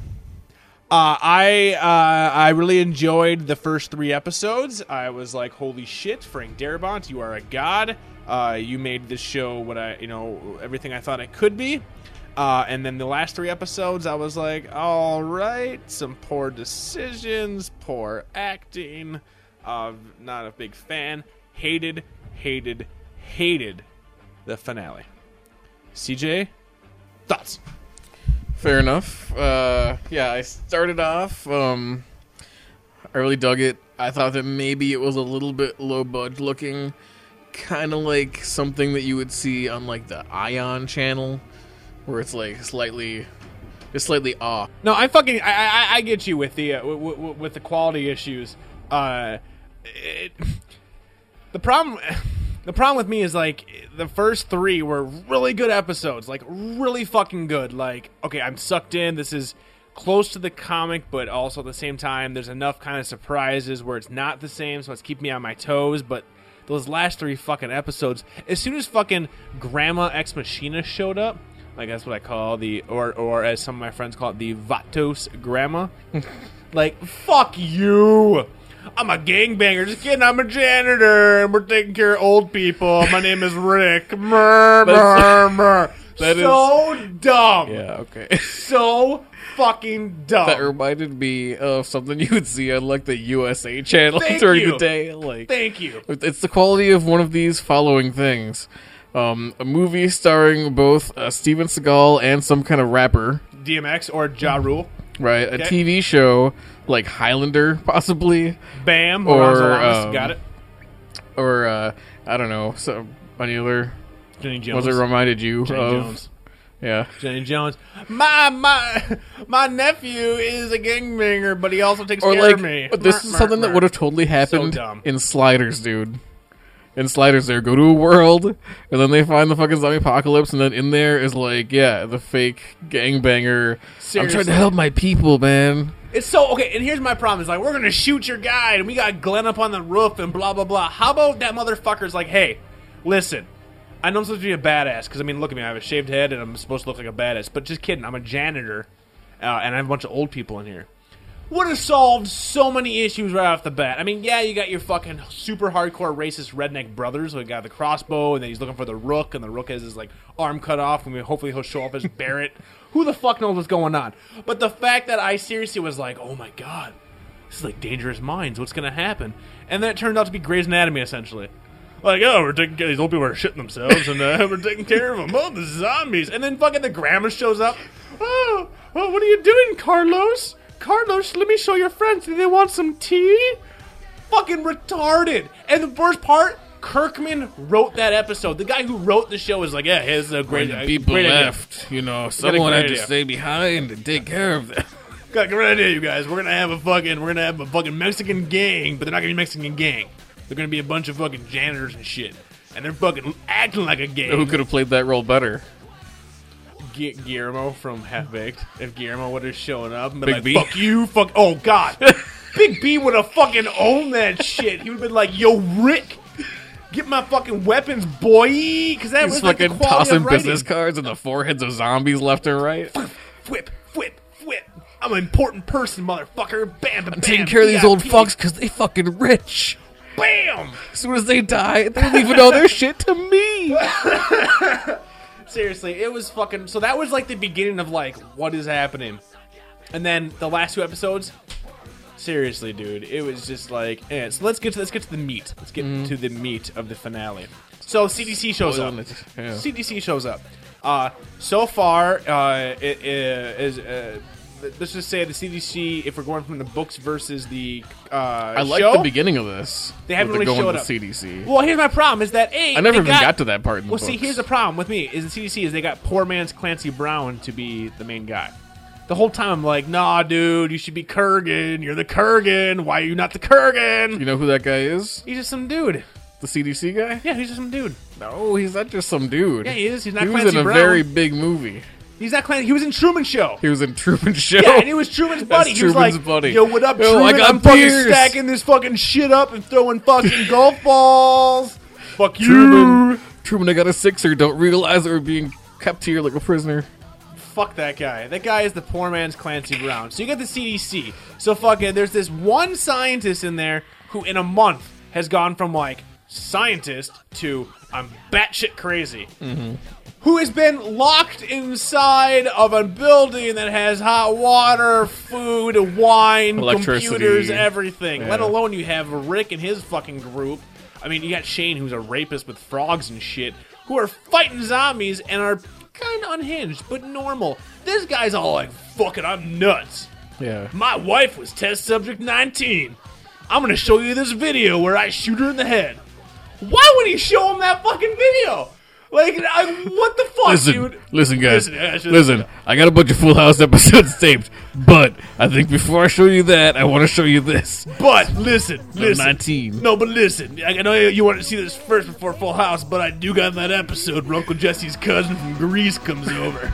S5: Uh, I uh, I really enjoyed the first three episodes. I was like, "Holy shit, Frank Darabont, you are a god! Uh, you made this show what I, you know, everything I thought it could be." Uh, and then the last three episodes, I was like, "All right, some poor decisions, poor acting. Uh, not a big fan. Hated, hated, hated the finale." CJ, thoughts?
S6: Fair enough. Uh, yeah, I started off. Um, I really dug it. I thought that maybe it was a little bit low budge looking, kind of like something that you would see on like the Ion channel, where it's like slightly, it's slightly off.
S5: No, I fucking I I, I get you with the uh, w- w- with the quality issues. Uh, it, the problem the problem with me is like the first three were really good episodes, like really fucking good. Like okay, I'm sucked in. This is close to the comic, but also at the same time, there's enough kind of surprises where it's not the same, so it's keeping me on my toes. But those last three fucking episodes, as soon as fucking Grandma Ex Machina showed up, like that's what I call the, or or as some of my friends call it, the Vatos Grandma. like, fuck you. I'm a gangbanger. Just kidding. I'm a janitor, and we're taking care of old people. My name is Rick. Murmur.
S6: That is-
S5: so dumb.
S6: Yeah. Okay.
S5: So fucking dumb.
S6: that reminded me of something you would see on like the USA channel
S5: Thank
S6: during the
S5: you.
S6: day. Like
S5: Thank you.
S6: It's the quality of one of these following things. Um, a movie starring both uh, Steven Seagal and some kind of rapper,
S5: DMX or Ja Rule.
S6: right? A
S5: Okay.
S6: TV show like Highlander, possibly,
S5: Bam.
S6: Or,
S5: Or, Alanis.
S6: um,
S5: Got it.
S6: or uh, I don't know, some any other.
S5: Jenny Jones.
S6: Was it reminded you
S5: Jenny
S6: of?
S5: Jones.
S6: Yeah.
S5: Jenny Jones. My my my nephew is a gangbanger, but he also takes
S6: Or
S5: care
S6: like
S5: of me.
S6: this is something that would have totally happened
S5: dumb.
S6: in Sliders, dude. In Sliders, they go to a world, and then they find the fucking zombie apocalypse, and then in there is like, yeah, the fake gangbanger. I'm trying
S5: Seriously.
S6: to help my people, man.
S5: It's so okay, and here's my problem: is like we're gonna shoot your guy, and we got Glenn up on the roof, and blah blah blah. How about that motherfucker's like, hey, listen, I know I'm supposed to be a badass because I mean, look at me, I have a shaved head, and I'm supposed to look like a badass. But just kidding, I'm a janitor, uh, and I have a bunch of old people in here. Would have solved so many issues right off the bat. I mean, yeah, you got your fucking super hardcore racist redneck brothers who got the crossbow, and then he's looking for the rook, and the rook has his like arm cut off, and we, hopefully he'll show up as Barrett. Who the fuck knows what's going on? But the fact that I seriously was like, oh my god, this is like Dangerous Minds. What's gonna happen? And then it turned out to be Grey's Anatomy, essentially. Like, oh, we're taking care these old people are shitting themselves, and uh, we're taking care of them. Oh, the zombies! And then fucking the grandma shows up. Oh, well, what are you doing, Carlos? Carlos, let me show your friends. Do they want some tea? Fucking retarded. And the worst part, Kirkman wrote that episode. The guy who wrote the show is like, yeah, here's a great,
S6: When the
S5: uh,
S6: people
S5: great idea.
S6: left, you know, someone
S5: great
S6: had to
S5: idea.
S6: stay behind and take care of them.
S5: Got a great idea, you guys. We're gonna have a fucking we're gonna have a fucking Mexican gang, but they're not gonna be Mexican gang. They're gonna be a bunch of fucking janitors and shit, and they're fucking acting like a gang.
S6: Who could have played that role better?
S5: Gu- Guillermo from Half Baked? If Guillermo would have shown up and been
S6: Big
S5: like,
S6: B.
S5: "Fuck you, fuck," oh god, Big B would have fucking owned that shit. He would have been like, "Yo, Rick." Get my fucking weapons, boy! Because that
S6: He's
S5: was like the
S6: fucking
S5: quality of
S6: tossing
S5: writing.
S6: business cards in the foreheads of zombies left and right.
S5: Whip, whip, whip! I'm an important person, motherfucker. Bam, bam, bam.
S6: Taking care of these old
S5: VIP.
S6: fucks because they fucking rich.
S5: Bam!
S6: As soon as they die, they're leaving all their shit to me.
S5: Seriously, it was fucking. So that was like the beginning of like what is happening, and then the last two episodes. Seriously, dude, it was just like. Eh. So let's get to let's get to the meat. Let's get
S6: Mm-hmm.
S5: to the meat of the finale. So CDC shows up.
S6: Spoiling it, yeah.
S5: CDC shows up. Uh, so far, uh, it, it is. Uh, Let's just say the CDC. If we're going from the books versus the uh,
S6: I like
S5: show,
S6: the beginning of this.
S5: They haven't
S6: with the
S5: really
S6: going
S5: showed
S6: to
S5: up.
S6: CDC.
S5: Well, here's my problem: is that a
S6: I never
S5: they
S6: even got, to that part. In the
S5: well, see,
S6: books.
S5: here's the problem with me is the CDC is they got poor man's Clancy Brown to be the main guy. The whole time I'm like, nah, dude, you should be Kurgan. You're the Kurgan. Why are you not the Kurgan?
S6: You know who that guy is?
S5: He's just some dude.
S6: The CDC guy?
S5: Yeah, he's just some dude.
S6: No, he's not just some dude.
S5: Yeah, he is. He's not
S6: He was
S5: Clancy
S6: in a
S5: Brown.
S6: very big movie.
S5: He's not Clancy. He was in Truman Show.
S6: He was in Troop and Show.
S5: Yeah, and it was Truman's buddy.
S6: That's
S5: he was
S6: Truman's
S5: like,
S6: buddy.
S5: "Yo, what up,
S6: Yo, I
S5: Truman?
S6: got
S5: I'm fucking
S6: beers."
S5: stacking this fucking shit up and throwing fucking golf balls. Fuck you."
S6: Truman. Truman, I got a sixer. Don't realize that we're being kept here like a prisoner.
S5: Fuck that guy. That guy is the poor man's Clancy Brown. So you got the CDC. So fucking, there's this one scientist in there who, in a month, has gone from like scientist to I'm batshit crazy. Mm-hmm. Who has been locked inside of a building that has hot water, food, wine,
S6: Electricity.
S5: computers, everything. Let
S6: Yeah.
S5: alone you have Rick and his fucking group. I mean, you got Shane, who's a rapist with frogs and shit, who are fighting zombies and are kind of unhinged but normal. This guy's all like, "Fuck it, I'm nuts.
S6: Yeah.
S5: My wife was test subject 19. I'm gonna show you this video where I shoot her in the head." Why would he show him that fucking video? Like, I, what the fuck,
S6: Listen,
S5: dude?
S6: listen, guys.
S5: Listen, I should-
S6: Listen, I got a bunch of Full House episodes taped, but I think before I show you that, I want to show you this.
S5: But listen, listen.
S6: 19.
S5: No, but listen. I I know you want to see this first before Full House, but I do got that episode where Uncle Jesse's cousin from Greece comes over.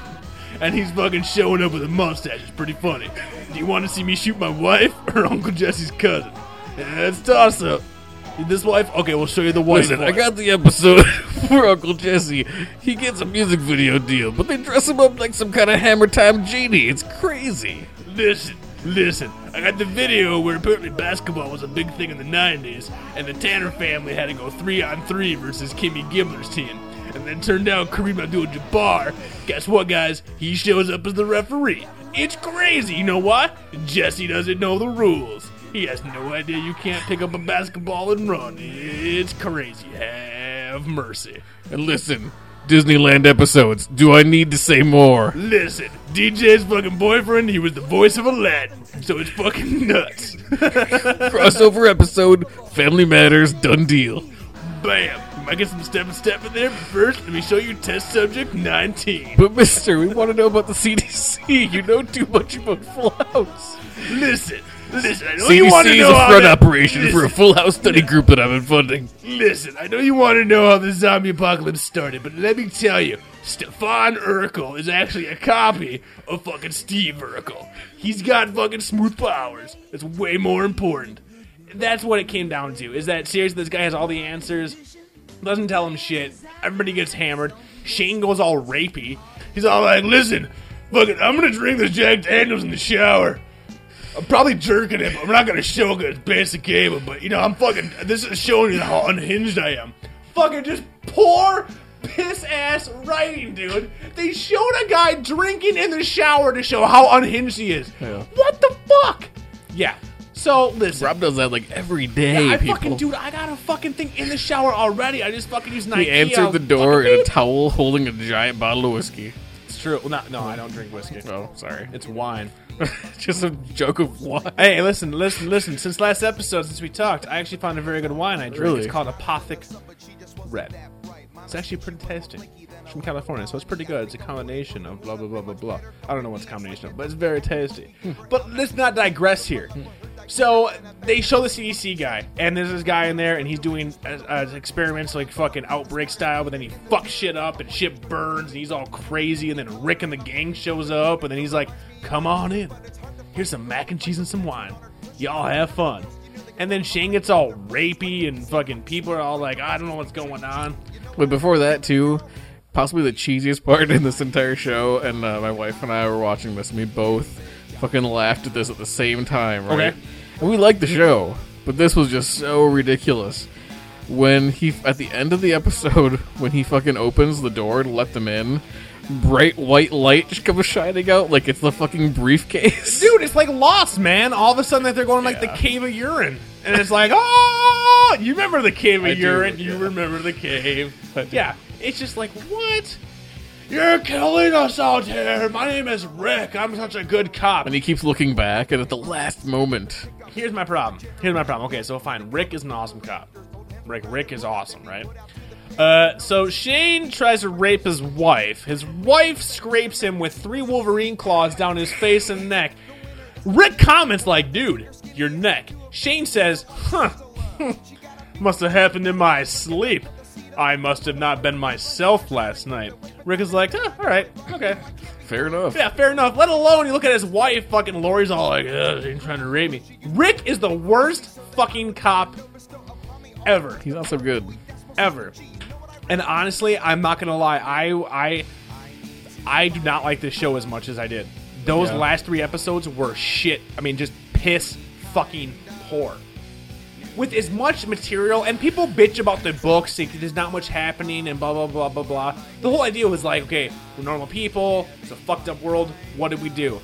S5: And he's fucking showing up with a mustache. It's pretty funny. Do you want to see me shoot my wife or Uncle Jesse's cousin? That's toss up. This wife? Okay, we'll show you the wife.
S6: Listen, I
S5: one.
S6: got the episode where Uncle Jesse he gets a music video deal, but they dress him up like some kind of Hammer Time genie. It's crazy.
S5: Listen, listen. I got the video where apparently basketball was a big thing in the 90s, and the Tanner family had to go three on three versus Kimmy Gibbler's team. And then turned down Kareem Abdul Jabbar. Guess what, guys? He shows up as the referee. It's crazy, you know why? Jesse doesn't know the rules. He has no idea you can't pick up a basketball and run. It's crazy. Have mercy.
S6: And listen, Disneyland episodes. Do I need to say more?
S5: Listen, DJ's fucking boyfriend, he was the voice of Aladdin, so it's fucking nuts.
S6: Crossover episode, Family Matters, done deal.
S5: Bam. I guess I'm step step in there. but First, let me show you test subject 19.
S6: But Mister, we want to know about the CDC. You know too much about Full House.
S5: Listen, listen. I know you want
S6: CDC
S5: to
S6: is
S5: know
S6: a
S5: how
S6: front
S5: that-
S6: operation for a
S5: listen,
S6: Full House study group that I've been funding.
S5: Listen, I know you want to know how the zombie apocalypse started, but let me tell you, Stefan Urkel is actually a copy of fucking Steve Urkel. He's got fucking smooth powers. That's way more important. That's what it came down to. Is that seriously? This guy has all the answers. Doesn't tell him shit. Everybody gets hammered. Shane goes all rapey. He's all like, "Listen, fucking, I'm gonna drink this Jack Daniels in the shower." I'm probably jerking it, but I'm not gonna show it 'cause it's basic game. But you know, I'm fucking. This is showing you how unhinged I am. Fucking just poor piss ass writing, dude. They showed a guy drinking in the shower to show how unhinged he is.
S6: Yeah.
S5: What the fuck? Yeah. So listen.
S6: Rob does that like every day.
S5: I
S6: people.
S5: fucking dude, I got a fucking thing in the shower already. I just fucking use Nike.
S6: He answered the door in a towel holding a giant bottle of whiskey.
S5: It's true. Well, not, no, I don't drink whiskey.
S6: Oh, sorry.
S5: It's wine.
S6: It's just a joke of wine.
S5: Hey, listen, listen, listen. Since last episode, since we talked, I actually found a very good wine I drink.
S6: Really?
S5: It's called Apothic Red. It's actually pretty tasty. It's from California, so it's pretty good. It's a combination of blah, blah, blah, blah, blah. I don't know what's combination of, but it's very tasty. but let's not digress here. So they show the CDC guy, and there's this guy in there, and he's doing uh, uh, experiments like fucking outbreak style, but then he fucks shit up, and shit burns, and he's all crazy, and then Rick and the gang shows up, and then he's like, come on in. Here's some mac and cheese and some wine. Y'all have fun. And then Shane gets all rapey, and fucking people are all like, I don't know what's going on.
S6: But before that, too, possibly the cheesiest part in this entire show, and uh, my wife and I were watching this, and we both fucking laughed at this at the same time, right?
S5: Okay.
S6: And we liked the show, but this was just so ridiculous. When he, at the end of the episode, when he fucking opens the door to let them in, bright white light just comes shining out like it's the fucking briefcase.
S5: Dude, it's like Lost, man. All of a sudden, that they're going like the
S6: Yeah.
S5: cave of urine, and it's like, oh, you remember the cave of
S6: I do,
S5: urine? You
S6: yeah.
S5: remember the cave?
S6: I do.
S5: Yeah, it's just like what? You're killing us out here. My name is Rick. I'm such a good cop.
S6: And he keeps looking back, and at the last moment,
S5: Here's my problem. Here's my problem. Okay, so fine. Rick is an awesome cop. Rick, Rick is awesome, right? Uh, so Shane tries to rape his wife. His wife scrapes him with three Wolverine claws down his face and neck. Rick comments like, "Dude, your neck." Shane says, "Huh, must have happened in my sleep. I must have not been myself last night." Rick is like, "Huh, "All right, okay."
S6: fair enough.
S5: Yeah, fair enough. Let alone you look at his wife, fucking Lori's all like, Ugh, she's trying to rape me. Rick is the worst fucking cop ever,
S6: He's not so good.
S5: ever. And honestly, I'm not gonna lie, I I I do not like this show as much as I did. Those
S6: Yeah.
S5: last three episodes were shit. I mean, just piss fucking poor. With as much material, and people bitch about the books, like, there's not much happening, and blah, blah, blah, blah, blah. The whole idea was like, okay, we're normal people, it's a fucked up world, what did we do?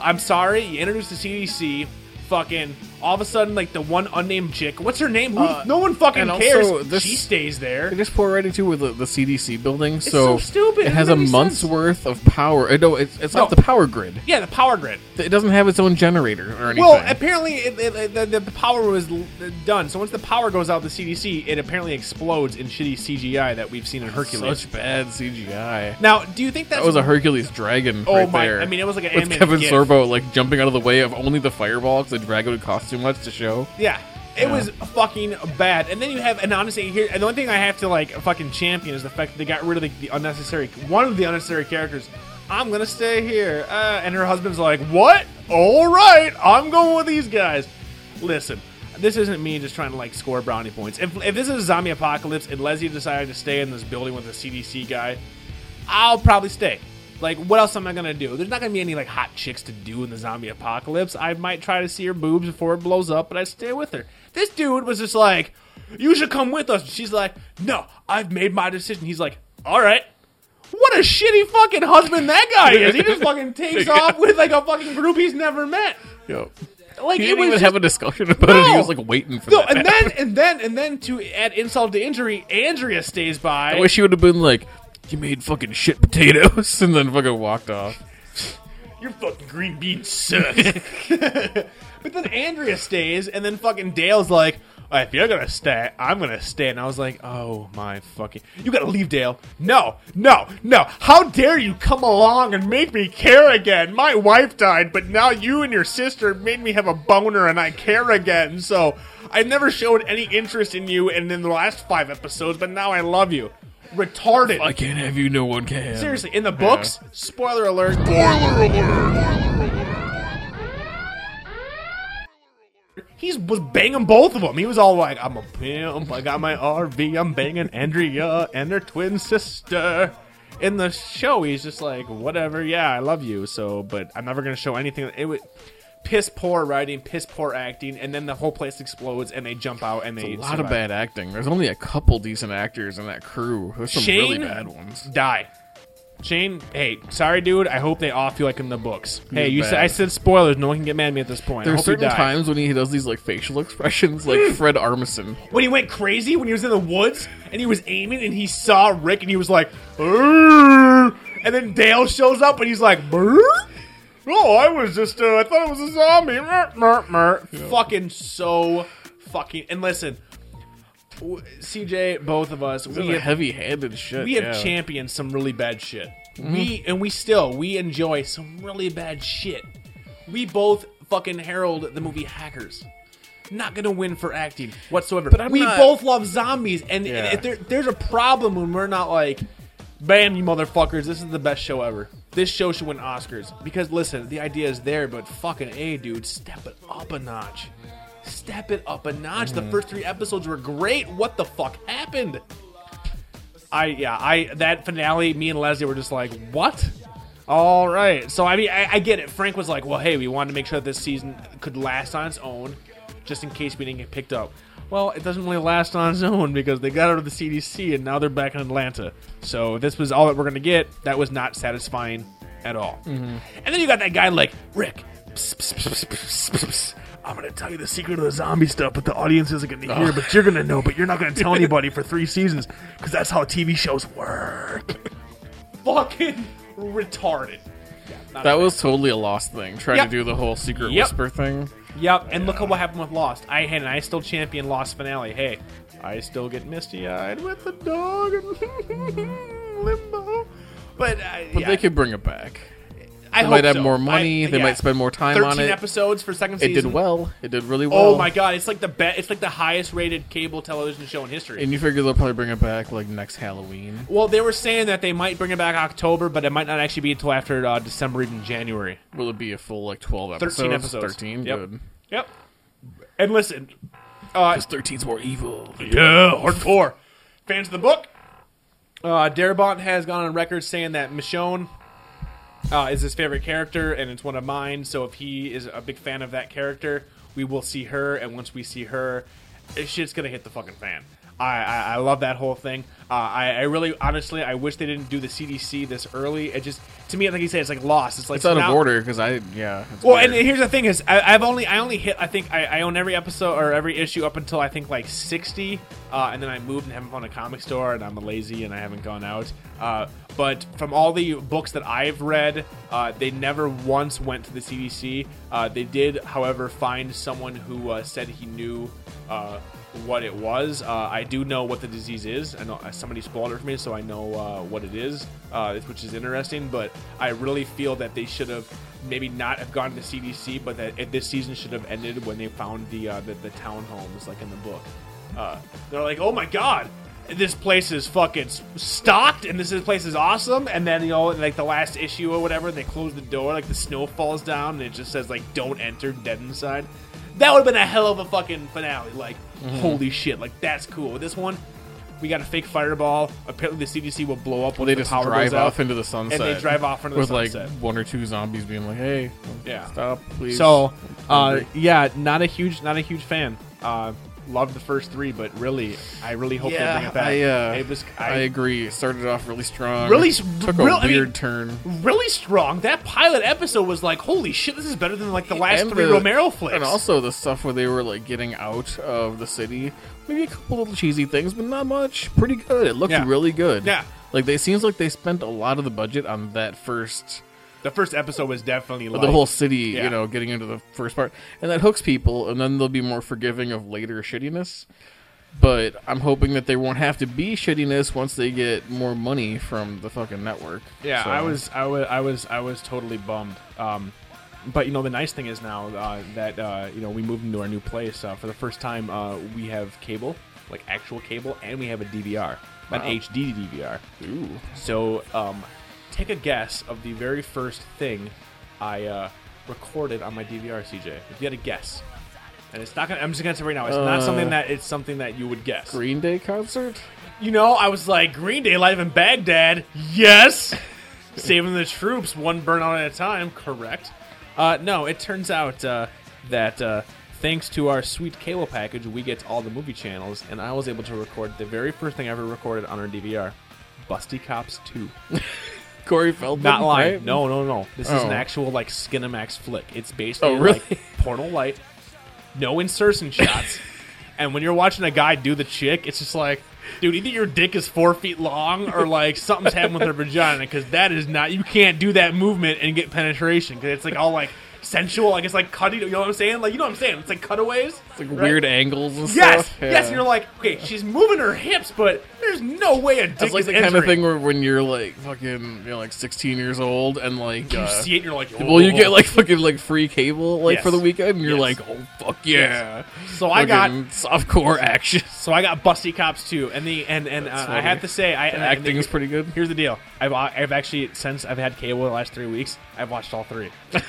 S5: I'm sorry, you introduced the CDC, fucking, all of a sudden, like, the one unnamed chick, what's her name? Who,
S6: Uh,
S5: no one fucking
S6: and also
S5: cares.
S6: this-
S5: she stays there.
S6: They just pour right into with the, the CDC building,
S5: so
S6: so,
S5: stupid.
S6: It has
S5: It
S6: a
S5: doesn't make
S6: month's
S5: sense.
S6: worth of power. Uh, No, it's, it's not
S5: No.
S6: the power grid.
S5: Yeah, the power grid.
S6: It doesn't have its own generator or anything.
S5: Well, apparently it, it, it, the, the power was l- done. So once the power goes out, the CDC it apparently explodes in shitty CGI that we've seen in Hercules.
S6: such bad CGI.
S5: now, do you think that's
S6: That was a Hercules dragon.
S5: Oh
S6: right
S5: my-
S6: There.
S5: I mean, it was like an
S6: with
S5: animated
S6: Kevin
S5: gif.
S6: Sorbo like jumping out of the way of only the fireball because the dragon would cost too much to show.
S5: Yeah. It was fucking bad. And then you have, and honestly, here, and the only thing I have to like fucking champion is the fact that they got rid of the, the unnecessary, one of the unnecessary characters. I'm gonna stay here. Uh, and her husband's like, what? All right, I'm going with these guys. Listen, this isn't me just trying to like score brownie points. If, if this is a zombie apocalypse and Leslie decided to stay in this building with the CDC guy, I'll probably stay. Like, what else am I gonna do? There's not gonna be any like hot chicks to do in the zombie apocalypse. I might try to see her boobs before it blows up, but I stay with her. This dude was just like, "You should come with us." She's like, "No, I've made my decision." He's like, "All right." What a shitty fucking husband that guy is. He just fucking takes off with like a fucking group he's never met.
S6: Yep.
S5: Like
S6: He
S5: it
S6: didn't
S5: was
S6: even
S5: just-
S6: have a discussion about it. He
S5: No.
S6: was like waiting for
S5: no,
S6: that. to
S5: and
S6: happen.
S5: then and then and then to add insult to injury, Andrea stays by.
S6: I wish he would have been like, "You made fucking shit potatoes," and then fucking walked off.
S5: Your fucking green beans suck. but then Andrea stays, and then fucking Dale's like, if you're gonna stay, I'm gonna stay. And I was like, oh my fucking, you gotta leave, Dale. No, no, no. How dare you come along and make me care again? My wife died, but now you and your sister made me have a boner, and I care again. So I never showed any interest in you, and in the last five episodes, but now I love you. Retarded.
S6: I can't have you. No one can.
S5: Seriously, in the books, spoiler alert. He was banging both of them. He was all like, "I'm a pimp. I got my RV. I'm banging Andrea and her twin sister." In the show, he's just like, "Whatever. Yeah, I love you. So, but I'm never gonna show anything." It was piss poor writing, piss poor acting, and then the whole place explodes, and they jump out and they
S6: A lot of bad acting. There's only a couple decent actors in that crew. There's some really
S5: Shane?
S6: bad ones.
S5: die. Shane, hey, sorry, dude. I hope they off you like in the books. Hey, you
S6: bad.
S5: said I said spoilers. No one can get mad at me at this point. I
S6: There's
S5: hope Hmm. you
S6: certain
S5: die.
S6: times when he does these like facial expressions, like Fred Armisen.
S5: when he went crazy when he was in the woods and he was aiming and he saw Rick and he was like, "Arr!" and then Dale shows up and he's like, "Brr? "Oh, I was just, uh, I thought it was a zombie." Mer, mer, mer. Fucking so fucking. And listen, w- CJ, both of us,
S6: Those
S5: we
S6: are
S5: have,
S6: heavy-handed shit.
S5: we have
S6: yeah.
S5: championed some really bad shit. We and we still we enjoy some really bad shit. We both fucking herald the movie Hackers. Not gonna win for acting whatsoever. But
S6: I'm
S5: we
S6: not-
S5: both love zombies, and, and
S6: Yeah.
S5: if there, there's a problem when we're not like, "Bam, you motherfuckers! This is the best show ever. This show should win Oscars." Because listen, the idea is there, but fucking a dude, step it up a notch. Step it up a notch.
S6: Mm-hmm.
S5: The first three episodes were great. What the fuck happened? I yeah, I that finale, me and Leslie were just like, what? All right. So I mean, I, I get it. Frank was like, well, hey, we wanted to make sure that this season could last on its own, just in case we didn't get picked up. Well, it doesn't really last on its own because they got out of the CDC and now they're back in Atlanta. So this was all that we're gonna get. That was not satisfying at all. And then you got that guy like Rick. Psst, psst, psst, psst, psst, psst. I'm gonna tell you the secret of the zombie stuff, but the audience isn't gonna hear. But you're gonna know. But you're not gonna tell anybody for three seasons because that's how TV shows work. Fucking retarded.
S6: That was totally a lost thing. Trying
S5: Yep.
S6: to do the whole secret
S5: Yep.
S6: whisper thing.
S5: Yep. And look at what happened with Lost. I and I still champion Lost finale. Hey, I still get misty eyed with the dog and limbo. But, I
S6: But
S5: yeah,
S6: they could bring it back.
S5: I
S6: They
S5: hope
S6: might have
S5: so.
S6: more
S5: I-
S6: money. they
S5: yeah.
S6: might spend more time
S5: Thirteen
S6: on it.
S5: episodes for second
S6: It
S5: season.
S6: did well. It did really well.
S5: Oh my god! It's like the best. It's like the highest rated cable television show in history.
S6: And you figure they'll probably bring it back like next Halloween.
S5: Well, they were saying that they might bring it back October, but it might not actually be until after uh, December, even January.
S6: Will it be a full like twelve episodes?
S5: Thirteen episodes.
S6: Thirteen.
S5: Yep.
S6: Good.
S5: Yep. And listen,
S6: Because thirteen's more evil.
S5: yeah, hardcore fans of the book. Uh, Darabont has gone on record saying that Michonne uh, is his favorite character, and it's one of mine. So if he is a big fan of that character, we will see her, and once we see her, eh, shit's gonna hit the fucking fan. I, I, I love that whole thing. Uh, I, I really, honestly, I wish they didn't do the CDC this early. It just, to me, like you said, it's like lost. It's like
S6: It's out
S5: now-
S6: of order because I yeah. it's
S5: well,
S6: weird.
S5: and here's the thing: is I, I've only I only hit I think I, I own every episode or every issue up until I think like sixty, uh, and then I moved and haven't found a comic store, and I'm lazy and I haven't gone out. Uh, but from all the books that I've read, uh, they never once went to the CDC. Uh, they did, however, find someone who uh, said he knew uh, what it was. Uh, I do know what the disease is. I know uh, somebody spoiled it for me, so I know uh, what it is, uh, which is interesting. But I really feel that they should have maybe not have gone to the CDC, but that it, this season should have ended when they found the uh, the, the townhomes, like in the book. Uh, they're like, oh my god. This place is fucking s- stocked, and this is- place is awesome. And then you know, like the last issue or whatever, they close the door, like the snow falls down, and it just says like "Don't enter, dead inside." That would have been a hell of a fucking finale. Like,
S6: Mm-hmm.
S5: holy shit! Like that's cool. With this one, we got a fake fireball. Apparently, the CDC will blow up when
S6: they
S5: the
S6: just
S5: power
S6: drive
S5: goes
S6: off
S5: out.
S6: into the sunset.
S5: And they drive off into the
S6: with
S5: sunset.
S6: like one or two zombies being like, "Hey,
S5: Yeah.
S6: stop, please."
S5: So, uh,
S6: Hungry.
S5: yeah, not a huge, not a huge fan. Uh, loved the first three, but really, I really hope they bring
S6: yeah,
S5: it back.
S6: I, uh,
S5: It was-
S6: I, agree. It started off really strong.
S5: Really s-
S6: took
S5: real-
S6: a
S5: I mean,
S6: weird turn.
S5: really strong. That pilot episode was like, holy shit, this is better than like the last
S6: And
S5: three
S6: the-
S5: Romero flicks.
S6: and also the stuff where they were like getting out of the city. Maybe a couple little cheesy things, but not much. Pretty good. It looked
S5: Yeah.
S6: really good.
S5: Yeah.
S6: like they seems like they spent a lot of the budget on that first
S5: The first episode was definitely like
S6: the whole city,
S5: yeah.
S6: you know, getting into the first part, and that hooks people, and then they'll be more forgiving of later shittiness. But I'm hoping that they won't have to be shittiness once they get more money from the fucking network.
S5: Yeah,
S6: So-
S5: I was, I was, I was, I was totally bummed. Um, but you know, the nice thing is now uh, that uh, you know we moved into our new place uh, for the first time. Uh, we have cable, like actual cable, and we have a DVR, an HD DVR. Ooh. So, um, take a guess of the very first thing I uh, recorded on my DVR, CJ. If you had a guess, and it's not gonna, I'm just gonna say right now, it's not something that it's something that you would guess.
S6: Green Day concert.
S5: You know, I was like, Green Day live in Baghdad. Yes. Saving the troops, one burnout at a time. Correct. Uh, no, it turns out uh, that uh, thanks to our sweet cable package, we get all the movie channels, and I was able to record the very first thing I ever recorded on our DVR Busty Cops 2.
S6: Corey Feldman.
S5: Not lying.
S6: right?
S5: No, no, no. This is
S6: Oh.
S5: an actual, like, Skinamax flick. It's basically
S6: Oh, really?
S5: like portal light, no insertion shots. and when you're watching a guy do the chick, it's just like, dude, either your dick is four feet long or, like, something's happened with her vagina because that is not, you can't do that movement and get penetration because it's, like, all, like, sensual. Like, it's, like, cutting, you know what I'm saying? Like, you know what I'm saying? It's, like, cutaways. It's,
S6: Like weird angles and
S5: Yes,
S6: stuff.
S5: yes. And you're like, okay, she's moving her hips, but there's no way a dick
S6: It's like
S5: is
S6: the kind of
S5: entering.
S6: thing where when you're like fucking, you know, like 16 years old and like,
S5: You
S6: uh,
S5: see it, and you're like,
S6: well, you
S5: oh.
S6: get like fucking like free cable like for
S5: Yes.
S6: the weekend, and you're
S5: Yes.
S6: like, oh fuck yeah.
S5: So Oh, I got
S6: soft core action.
S5: So I got Busty Cops too, and the and and uh, I
S6: funny.
S5: have to say, I
S6: The
S5: and I- and
S6: acting is pretty good.
S5: Here's the deal: I've uh, I've actually since I've had cable the last three weeks, I've watched all three.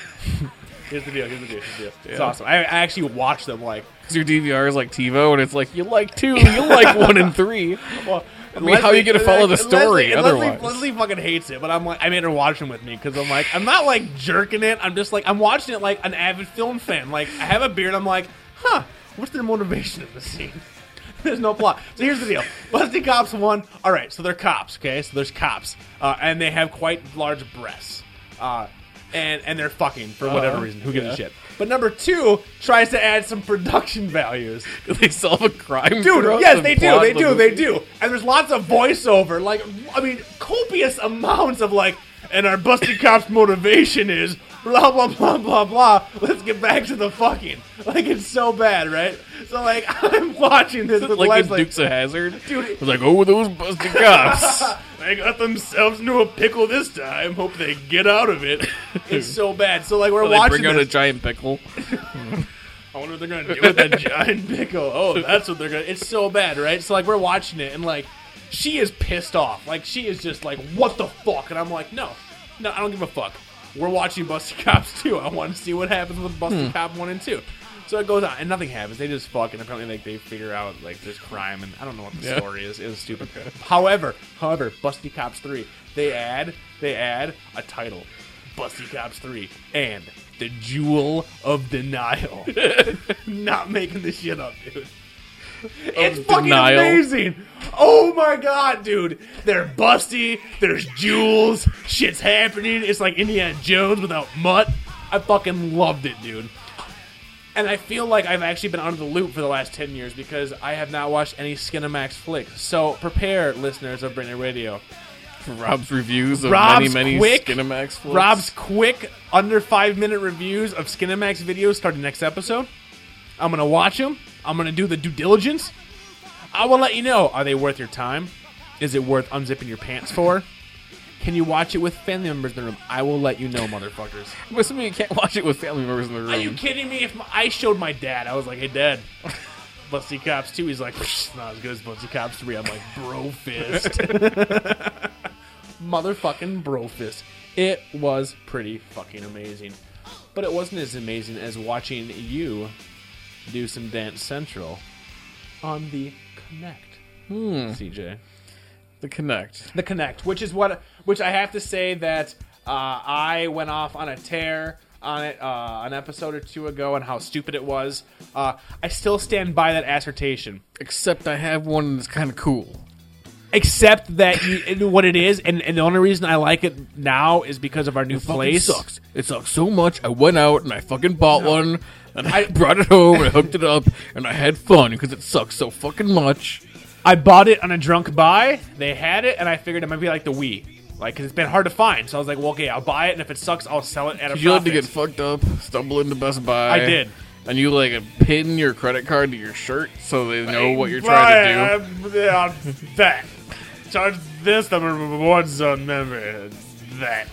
S5: here's the deal. Here's the deal. Here's the deal. It's
S6: Yeah.
S5: awesome. I, I actually watched them like
S6: Because your DVR is like TiVo, and it's like you like two, you like one and three.
S5: Well, I
S6: mean, how you gonna follow the story otherwise?
S5: Leslie, fucking hates it, but I'm like, I made her watch him with me because I'm like, I'm not like jerking it. I'm just like, I'm watching it like an avid film fan. Like, I have a beard. I'm like, huh, what's their motivation in this scene? There's no plot. So here's the deal: Busty Cops one. All right, so they're cops. Okay, so there's cops, uh, and they have quite large breasts, uh, and and they're fucking for whatever
S6: Uh-huh.
S5: reason. Who gives
S6: Yeah.
S5: a shit? But number two tries to add some production values.
S6: they solve a crime.
S5: Dude,
S6: throughout
S5: yes,
S6: the
S5: they do,
S6: plot
S5: they
S6: of the
S5: do, they
S6: movie.
S5: do. And there's lots of voiceover, like I mean, copious amounts of like. And our busted cops' motivation is blah blah blah blah blah. Let's get back to the fucking. Like it's so bad, right? So like I'm watching this with
S6: Like in
S5: Leslie.
S6: Dukes of Hazard,
S5: Dude, it-
S6: It's like, oh, those busted cops.
S5: They got themselves into a pickle this time. Hope they get out of it. It's so bad. So like we're
S6: they
S5: watching
S6: bring out a
S5: this.
S6: giant pickle.
S5: I wonder what they're gonna do with that giant pickle. Oh, that's what they're gonna. It's so bad, right? So like we're watching it, and like she is pissed off. Like she is just like, what the fuck? And I'm like, no, no, I don't give a fuck. We're watching Busted Cops 2. I want to see what happens with Busted Cop 1 and 2. So it goes on, and nothing happens. They just fuck, and apparently like they figure out like there's crime, and I don't know what the
S6: Yeah.
S5: story is. It was stupid. However, however, Busty Cops 3, they add they add a title, Busty Cops 3, and the Jewel of Denial not making this shit up, dude. It's fucking
S6: denial.
S5: amazing. Oh my god, dude. They're busty. There's jewels. Shit's happening. It's like Indiana Jones without mutt. I fucking loved it, dude. And I feel like I've actually been out of the loop for the last 10 years because I have not watched any Skinamax flicks. So prepare, listeners of Brittany Radio.
S6: Rob's reviews of
S5: Rob's
S6: many many
S5: quick-
S6: Skinamax flicks.
S5: Rob's quick under five minute reviews of Skinemax videos starting next episode. I'm gonna watch them. I'm gonna do the due diligence. I will let you know: are they worth your time? Is it worth unzipping your pants for? Can you watch it with family members in the room? I will let you know, motherfuckers.
S6: But some of you can't watch it with family members in the room.
S5: Are you kidding me? If my, I showed my dad, I was like, "Hey, Dad, Busty Cops 2. He's like, "Psh, "It's not as good as Busty Cops 3. I'm like, "Bro fist, motherfucking bro fist." It was pretty fucking amazing, but it wasn't as amazing as watching you do some Dance Central on the Connect. CJ
S6: The Connect.
S5: the connect which is what which i have to say that uh, i went off on a tear on it uh, an episode or two ago and how stupid it was uh, i still stand by that assertion
S6: Except I have one that's kind of cool.
S5: except that you, and what it is and, and the only reason i like it now is because of our new
S6: fucking
S5: place
S6: sucks. It sucks so much. I went out and I fucking bought one and I brought it home and I hooked it up and I had fun because it sucks so fucking much.
S5: i bought it on a drunk buy they had it and i figured it might be like the wii Like, it it's been hard to find. So I was like, well, okay, I'll buy it, and if it sucks, I'll sell it at a
S6: Did you had to
S5: profit.
S6: get fucked up, stumble into Best Buy?
S5: I did.
S6: And you like pin your credit card to your shirt so they know what you're trying to
S5: to do. Yeah, that. Charge this number one zone member. That.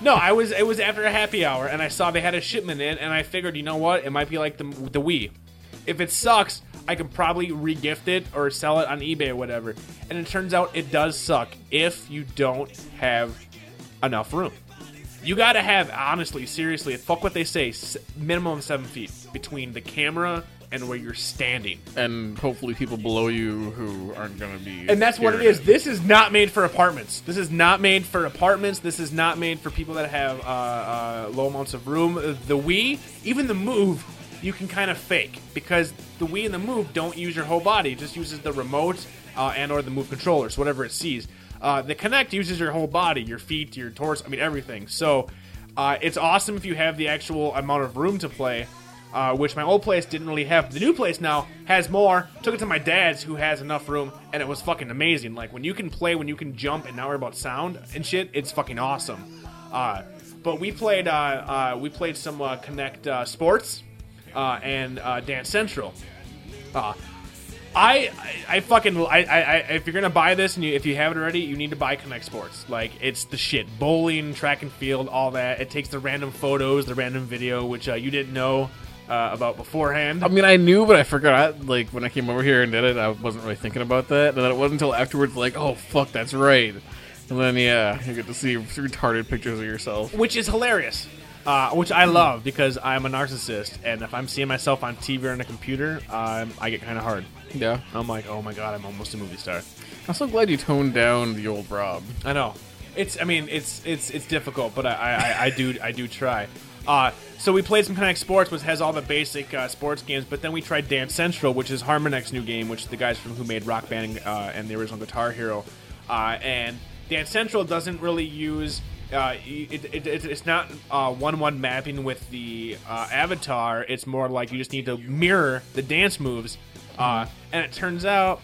S5: No, I was it was after a happy hour, and I saw they had a shipment in, and I figured, you know what, it might be like the the Wii. If it sucks, I could probably regift it or sell it on eBay or whatever. And it turns out it does suck if you don't have enough room. You gotta have, honestly, seriously, fuck what they say, s- minimum of seven feet between the camera and where you're standing.
S6: do. And hopefully people below you who aren't gonna be
S5: And that's what it
S6: hearing
S5: is. This is not made for apartments. This is not made for apartments. This is not made for people that have uh, uh, low amounts of room. The Wii, even the Move, you can kind of fake because the Wii and the Move don't use your whole body. It just uses the remote uh, and or the Move controllers, whatever it sees. Uh, the Kinect uses your whole body, your feet, your torso. I mean everything. So uh, it's awesome if you have the actual amount of room to play uh, which my old place didn't really have. The new place now has more. Took it to my dad's, who has enough room, and it was fucking amazing. Like when you can play, when you can jump, and now we're about sound and shit. It's fucking awesome. Uh, but we played, uh, uh, we played some uh, Connect uh, Sports uh, and uh, Dance Central. Uh, I, I I fucking I, I, I if you're gonna buy this and you, if you haven't already, you need to buy Connect Sports. Like it's the shit. Bowling, track and field, all that. It takes the random photos, the random video, which uh, you didn't know uh, about beforehand.
S6: I mean, I knew, but I forgot. Like when I came over here and did it, I wasn't really thinking about that. And then it wasn't until afterwards, like, oh fuck, that's right. And then yeah, you get to see retarded pictures of yourself.
S5: which is hilarious, uh, which I love because I'm a narcissist, and if I'm seeing myself on TV or on a computer, um, I get kind of hard.
S6: Yeah,
S5: I'm like, oh my god, I'm almost a movie star.
S6: I'm so glad you toned down the old Rob.
S5: I know. It's. I mean, it's it's it's difficult, but I I, I, I do I do try. Uh, so we played some Connect Sports, which has all the basic uh, sports games, but then we tried Dance Central, which is Harmonix's new game, which the guys from who made Rock Band uh, and the original Guitar Hero, uh, and Dance Central doesn't really use. Uh, it, it, it, it's not uh, one-one mapping with the uh, avatar. It's more like you just need to mirror the dance moves, uh, and it turns out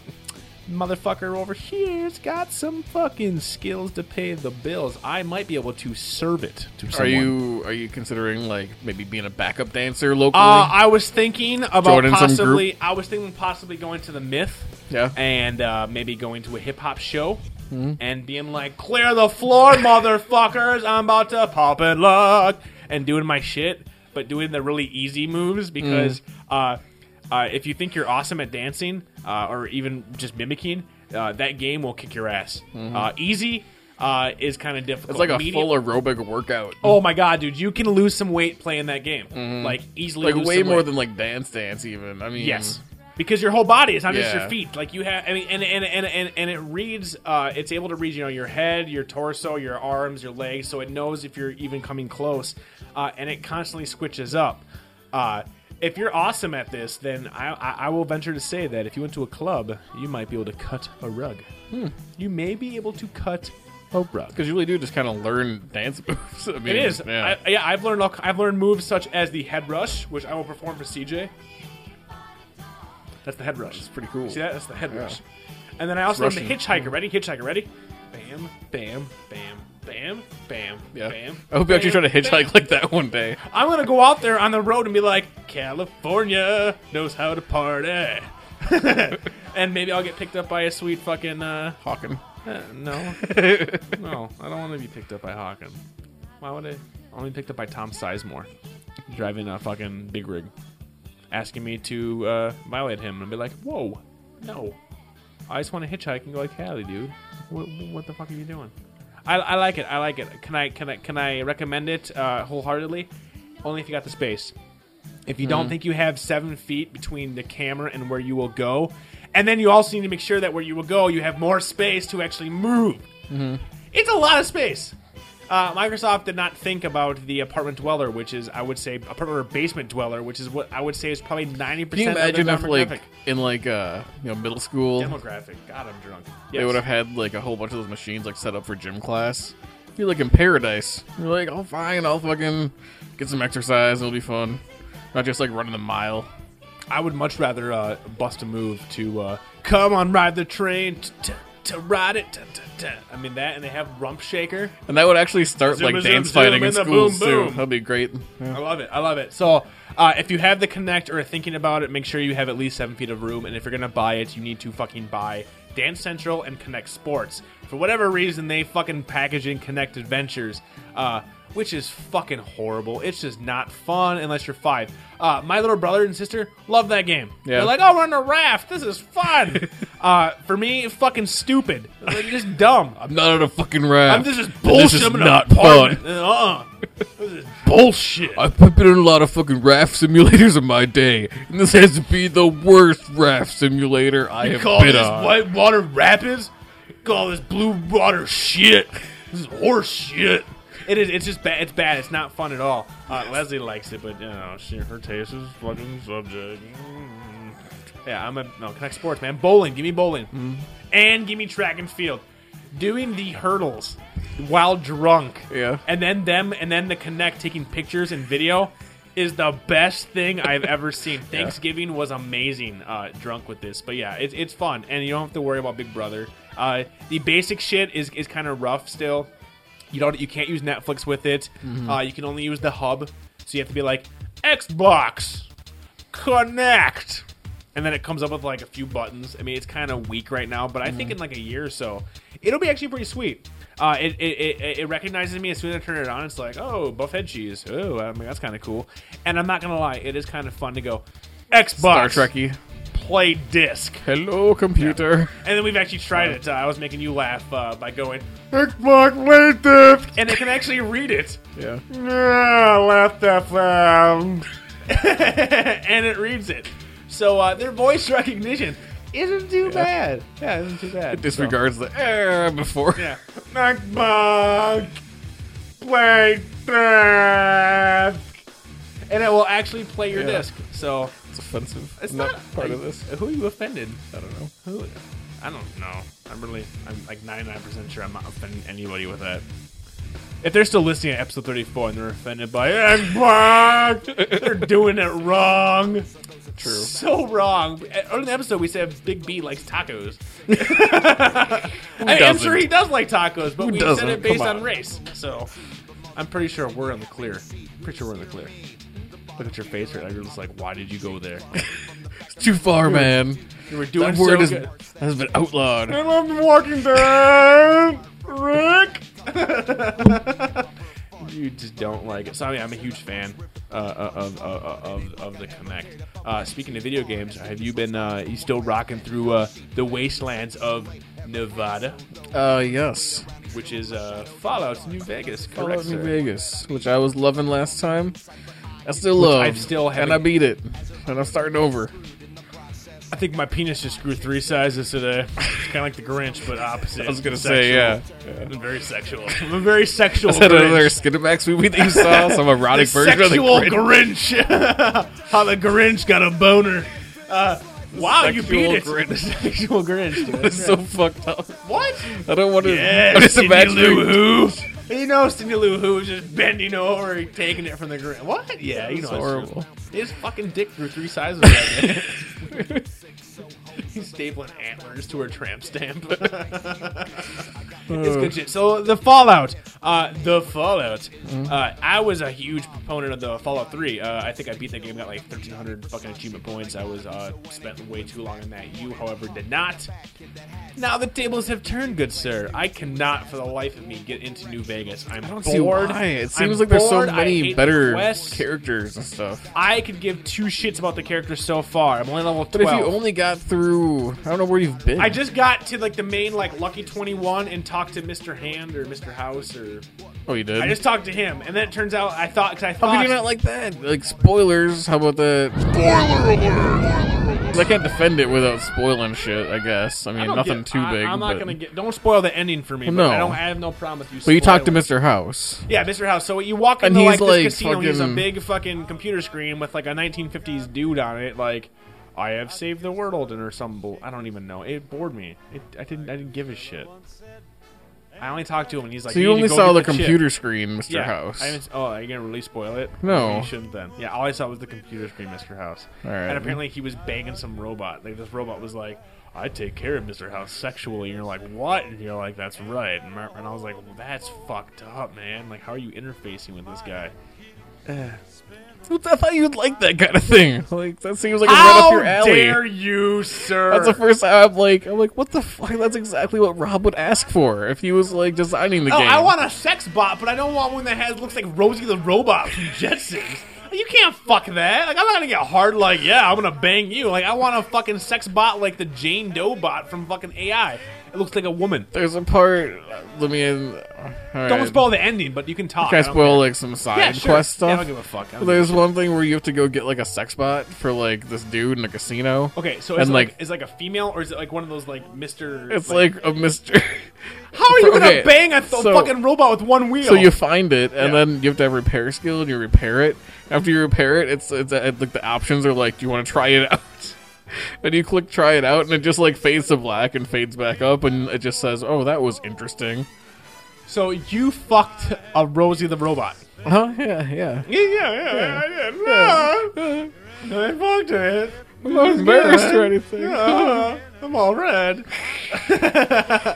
S5: motherfucker over here's got some fucking skills to pay the bills. I might be able to serve it to someone.
S6: Are you are you considering like maybe being a backup dancer locally?
S5: Uh, I was thinking about
S6: Join in some
S5: possibly. I was thinking possibly going to the Myth.
S6: Yeah. Hmm.
S5: And uh, maybe going to a hip hop show and being like, "Clear the floor, motherfuckers! I'm about to pop and lock," and doing my shit, but doing the really easy moves because
S6: Hmm.
S5: uh, uh, if you think you're awesome at dancing uh, or even just mimicking, uh, that game will kick your ass. Uh, easy. Uh, is kind of difficult.
S6: Mm-hmm. it's like a
S5: Medium-
S6: full aerobic workout.
S5: Oh my god, dude! You can lose some weight playing that game, like easily.
S6: Mm-hmm.
S5: lose
S6: like way
S5: some
S6: more
S5: weight.
S6: than like dance dance even. I mean,
S5: Yes. Because your whole body, it's not just your
S6: Yeah.
S5: feet. Like you have, I mean, and and and and, and it reads. Uh, it's able to read, you know, your head, your torso, your arms, your legs, so it knows if you're even coming close, uh, and it constantly switches up. Uh, if you're awesome at this, then I, I, I will venture to say that if you went to a club, you might be able to cut a rug.
S6: Hmm.
S5: You may be able to cut a rug.
S6: because you really do just kind of learn dance moves. I mean,
S5: It is.
S6: Yeah.
S5: I, yeah, I've learned. All, I've learned moves such as the head rush, which I will perform for CJ. That's the head rush. It's
S6: pretty cool.
S5: See that? That's the head rush. And then I also learned the
S6: Russian.
S5: hitchhiker. Ready? Hitchhiker. Ready? Bam, bam, bam, bam, bam,
S6: yeah.
S5: bam.
S6: I hope you actually try
S5: bam,
S6: to hitchhike
S5: bam.
S6: like that one day.
S5: I'm gonna go out there on the road and be like, California knows how to party. and maybe I'll get picked up by a sweet fucking uh,
S6: Hawking.
S5: uh, no. no, I don't want to be picked up by Hawken. Why would I? I want to be picked up by Tom Sizemore, driving a fucking big rig, asking me to uh, violate him and be like, "Whoa, no, I just want to hitchhike and go like Cali, dude. What, what the fuck are you doing?" I, I like it. I like it. Can I can I can I recommend it uh, wholeheartedly? Only if you got the space. If you
S6: Mm-hmm.
S5: don't think you have seven feet between the camera and where you will go, and then you also need to make sure that where you will go, you have more space to actually move.
S6: Mm-hmm.
S5: It's a lot of space. Uh, Microsoft did not think about the apartment dweller, which is I would say apartment or basement dweller, which is what I would say is probably ninety
S6: Can you
S5: percent.
S6: imagine
S5: of
S6: if,
S5: their
S6: like, in like uh, you know middle school,
S5: demographic. God, I'm drunk.
S6: they would have had like a whole bunch of those machines like set up for gym class? You'd be like in paradise. You're like, oh fine, I'll fucking get some exercise. It'll be fun. Not just like running the mile.
S5: I would much rather uh, bust a move to uh, come on, ride the train. t- t- to ride it. Dun, dun, dun. I mean that, and they have Rump Shaker.
S6: And that would actually start
S5: Zoom,
S6: like
S5: zoom,
S6: dance
S5: zoom
S6: fighting in
S5: in the
S6: schools
S5: boom,
S6: too.
S5: boom.
S6: That'd be great. Yeah.
S5: I love it. I love it. So, uh, if you have the Connect or are thinking about it, make sure you have at least seven feet of room. And if you're gonna buy it, you need to fucking buy Dance Central and Connect Sports. For whatever reason, they fucking package in Connect Adventures, uh, which is fucking horrible. It's just not fun unless you're five. Uh, my little brother and sister love that game.
S6: Yeah.
S5: They're like, oh, we're on a raft. This is fun. uh, for me, fucking stupid. Like, just dumb.
S6: I'm not on a fucking raft.
S5: I'm just, just bullshit.
S6: This is
S5: I'm in an
S6: not
S5: apartment.
S6: fun.
S5: Uh-uh. This is bullshit.
S6: I've been in a lot of fucking raft simulators in my day, and this has to be the worst raft simulator I have
S5: call
S6: been
S5: this
S6: on.
S5: white water rapids? Call this blue water shit? This is horse shit. It is. It's just bad. It's bad. It's not fun at all. Uh, Leslie likes it, but you know, she, her taste is fucking subject. Mm. Yeah, I'm a no connect sports man. Bowling, give me bowling, and give me track and field. Doing the hurdles while drunk,
S6: Yeah.
S5: and then them, and then the connect taking pictures and video is the best thing I've ever seen. Thanksgiving was amazing. Uh, drunk with this, but yeah, it's it's fun, and you don't have to worry about Big Brother. Uh, the basic shit is is kind of rough still. You don't you can't use Netflix with it. Uh, you can only use the hub, so you have to be like Xbox connect. And then it comes up with like a few buttons. I mean, it's kind of weak right now, but I think in like a year or so, it'll be actually pretty sweet. Uh, it, it, it, it recognizes me as soon as I turn it on. It's like, oh, buffhead cheese. Oh, I mean, that's kind of cool. And I'm not going to lie, it is kind of fun to go, Xbox,
S6: Star Trekky.
S5: play disc.
S6: Hello, computer.
S5: And then we've actually tried it. Uh, I was making you laugh uh, by going,
S6: Xbox late diff.
S5: and it can actually read it.
S6: Yeah.
S5: left FM. and it reads it. So uh, their voice recognition isn't too bad. Yeah, isn't too bad.
S6: Disregards the air before.
S5: So, yeah. MacBook. Play disc. And it will actually play your
S6: Yeah.
S5: disc. So
S6: It's offensive.
S5: it's
S6: not,
S5: not,
S6: part
S5: I-
S6: of this.
S5: Who are you offended?
S6: I don't know.
S5: Who? I don't know. I'm really, I'm like 99% sure I'm not offending anybody with that. If they're still listening at episode 34 and they're offended by Xbox, they're doing it wrong. True. So wrong. Earlier in the episode, we said Big B likes tacos. I am
S6: doesn't?
S5: sure he does like tacos, but
S6: Who
S5: we
S6: doesn't?
S5: said it based
S6: Come on.
S5: on. race. So I'm pretty sure we're in the clear. Pretty sure we're in the clear. Look at your face right now. You're just like, why did you go there?
S6: It's too far, man.
S5: You were doing
S6: That word
S5: so
S6: is,
S5: good.
S6: has been outlawed.
S5: I love The Walking Dead, Rick. you just don't like it. So I mean, I'm a huge fan uh, of, of, of, of the Connect. Uh, speaking of video games, have you been uh, you still rocking through uh, the wastelands of Nevada,
S6: Uh, yes.
S5: which is uh, Fallout's New Vegas? Correct,
S6: Fallout New
S5: sir?
S6: Vegas, which I was loving last time. I still
S5: Which
S6: love.
S5: I still
S6: and
S5: haven't-
S6: I beat it, and I'm starting over.
S5: I think my penis just grew three sizes today. It's kind of like the Grinch, but opposite.
S6: I was gonna
S5: Sexual.
S6: say, yeah.
S5: I'm very sexual. I'm a very sexual.
S6: Is that
S5: Grinch.
S6: another Skinamax movie that you saw? Some erotic
S5: The
S6: version of the
S5: sexual
S6: Grinch?
S5: Grinch. How the Grinch got a boner. Uh, wow, you beat it.
S6: sexual Grinch.
S5: The sexual Grinch. dude.
S6: It's
S5: That's
S6: so
S5: right.
S6: fucked up.
S5: what?
S6: I don't want to.
S5: Yeah,
S6: I'm just
S5: Sidney Lou
S6: imagining.
S5: Who. You know Cindy Lou Who was just bending over and taking it from the Grinch. What? Yeah, you know
S6: It's
S5: it's true.
S6: horrible.
S5: His fucking dick grew three sizes. That day. He's stapling antlers to her tramp stamp. It's
S6: Mm.
S5: good shit. So the Fallout, uh, the Fallout. Uh, I was a huge proponent of the Fallout Three. Uh, I think I beat that game, got like 1,300 fucking achievement points. I was uh, spent way too long on that. You, however, did not. Now the tables have turned, good sir. I cannot, for the life of me, get into New Vegas. I'm
S6: I don't see
S5: bored.
S6: why. It
S5: I'm
S6: seems like there's so
S5: bored. I
S6: many
S5: hate
S6: better
S5: quests.
S6: characters and stuff.
S5: I could give two shits about the characters so far. I'm only level 12.
S6: But if you only got through, I don't know where you've been.
S5: I just got to like the main like Lucky 21 and talked to Mr. Hand or Mr. House or
S6: oh, you did.
S5: I just talked to him, and then it turns out I thought because I
S6: How
S5: thought
S6: could you not like that? Like spoilers. How about that? Spoiler alert! I can't defend it without spoiling shit. I guess. I mean,
S5: I don't
S6: nothing
S5: get-
S6: too
S5: I,
S6: big.
S5: I'm not
S6: but-
S5: gonna get. Don't spoil the ending for me.
S6: Well,
S5: but
S6: no.
S5: I don't. I have no problem with you.
S6: But you talked to
S5: spoiling.
S6: Mr. House.
S5: Yeah, Mr. House. So you walk
S6: And
S5: into like
S6: he's,
S5: this
S6: like,
S5: casino. He's a
S6: fucking-
S5: big fucking computer screen with like a 1950s dude on it. Like, I have saved the world and or some. Bull- I don't even know. It bored me. It, I didn't. I didn't give a shit. I only talked to him, and he's like.
S6: So you
S5: need to
S6: only
S5: go
S6: saw
S5: get
S6: the
S5: chip."
S6: computer screen, Mr.
S5: Yeah,
S6: House.
S5: I haven't, oh, are you gonna really spoil it?
S6: No.
S5: you shouldn't. Then, yeah, all I saw was the computer screen, Mr. House.
S6: All right.
S5: And apparently, he was banging some robot. Like this robot was like, I take care of Mr. House sexually. And you're like, what? And you're like, that's right. And I and I was like, well, that's fucked up, man. Like, how are you interfacing with this guy?
S6: I thought you'd like that kind of thing. Like that seems like it's right up
S5: How
S6: your alley.
S5: dare you, sir?
S6: That's the first time I'm like, I'm like, what the fuck? That's exactly what Rob would ask for if he was like designing the
S5: Oh,
S6: game.
S5: I want a sex bot, but I don't want one that has looks like Rosie the Robot from Jetsons. You can't fuck that. Like I'm not gonna get hard. Like yeah, I'm gonna bang you. Like I want a fucking sex bot like the Jane Doe bot from fucking AI. It looks like a woman.
S6: There's a part. Let me. In, all right.
S5: Don't spoil the ending, but you can talk.
S6: Can I
S5: don't
S6: spoil
S5: care.
S6: like some side
S5: Yeah, sure.
S6: quest
S5: Yeah, I
S6: stuff?
S5: don't give a fuck. I don't
S6: There's one thing where you have to go get like a sex bot for like this dude in a casino.
S5: Okay, so
S6: and
S5: is it like,
S6: like,
S5: is it like a female or is it like one of those like Mister?
S6: it's like, a mystery.
S5: how are you gonna
S6: okay,
S5: bang a th-
S6: so-
S5: fucking robot with one wheel?
S6: so you find it, and
S5: Yeah.
S6: then you have to have repair skill, and you repair it. After you repair it, it's it's uh, like the options are like, do you want to try it out? And you click try it out, and it just like fades to black and fades back up, and it just says, "Oh, that was interesting."
S5: so you fucked a Rosie the robot.
S6: Huh? Yeah, yeah.
S5: Yeah, yeah, yeah, yeah. yeah. I fucked it.
S6: I'm not embarrassed or anything.
S5: Uh, I'm all red. uh,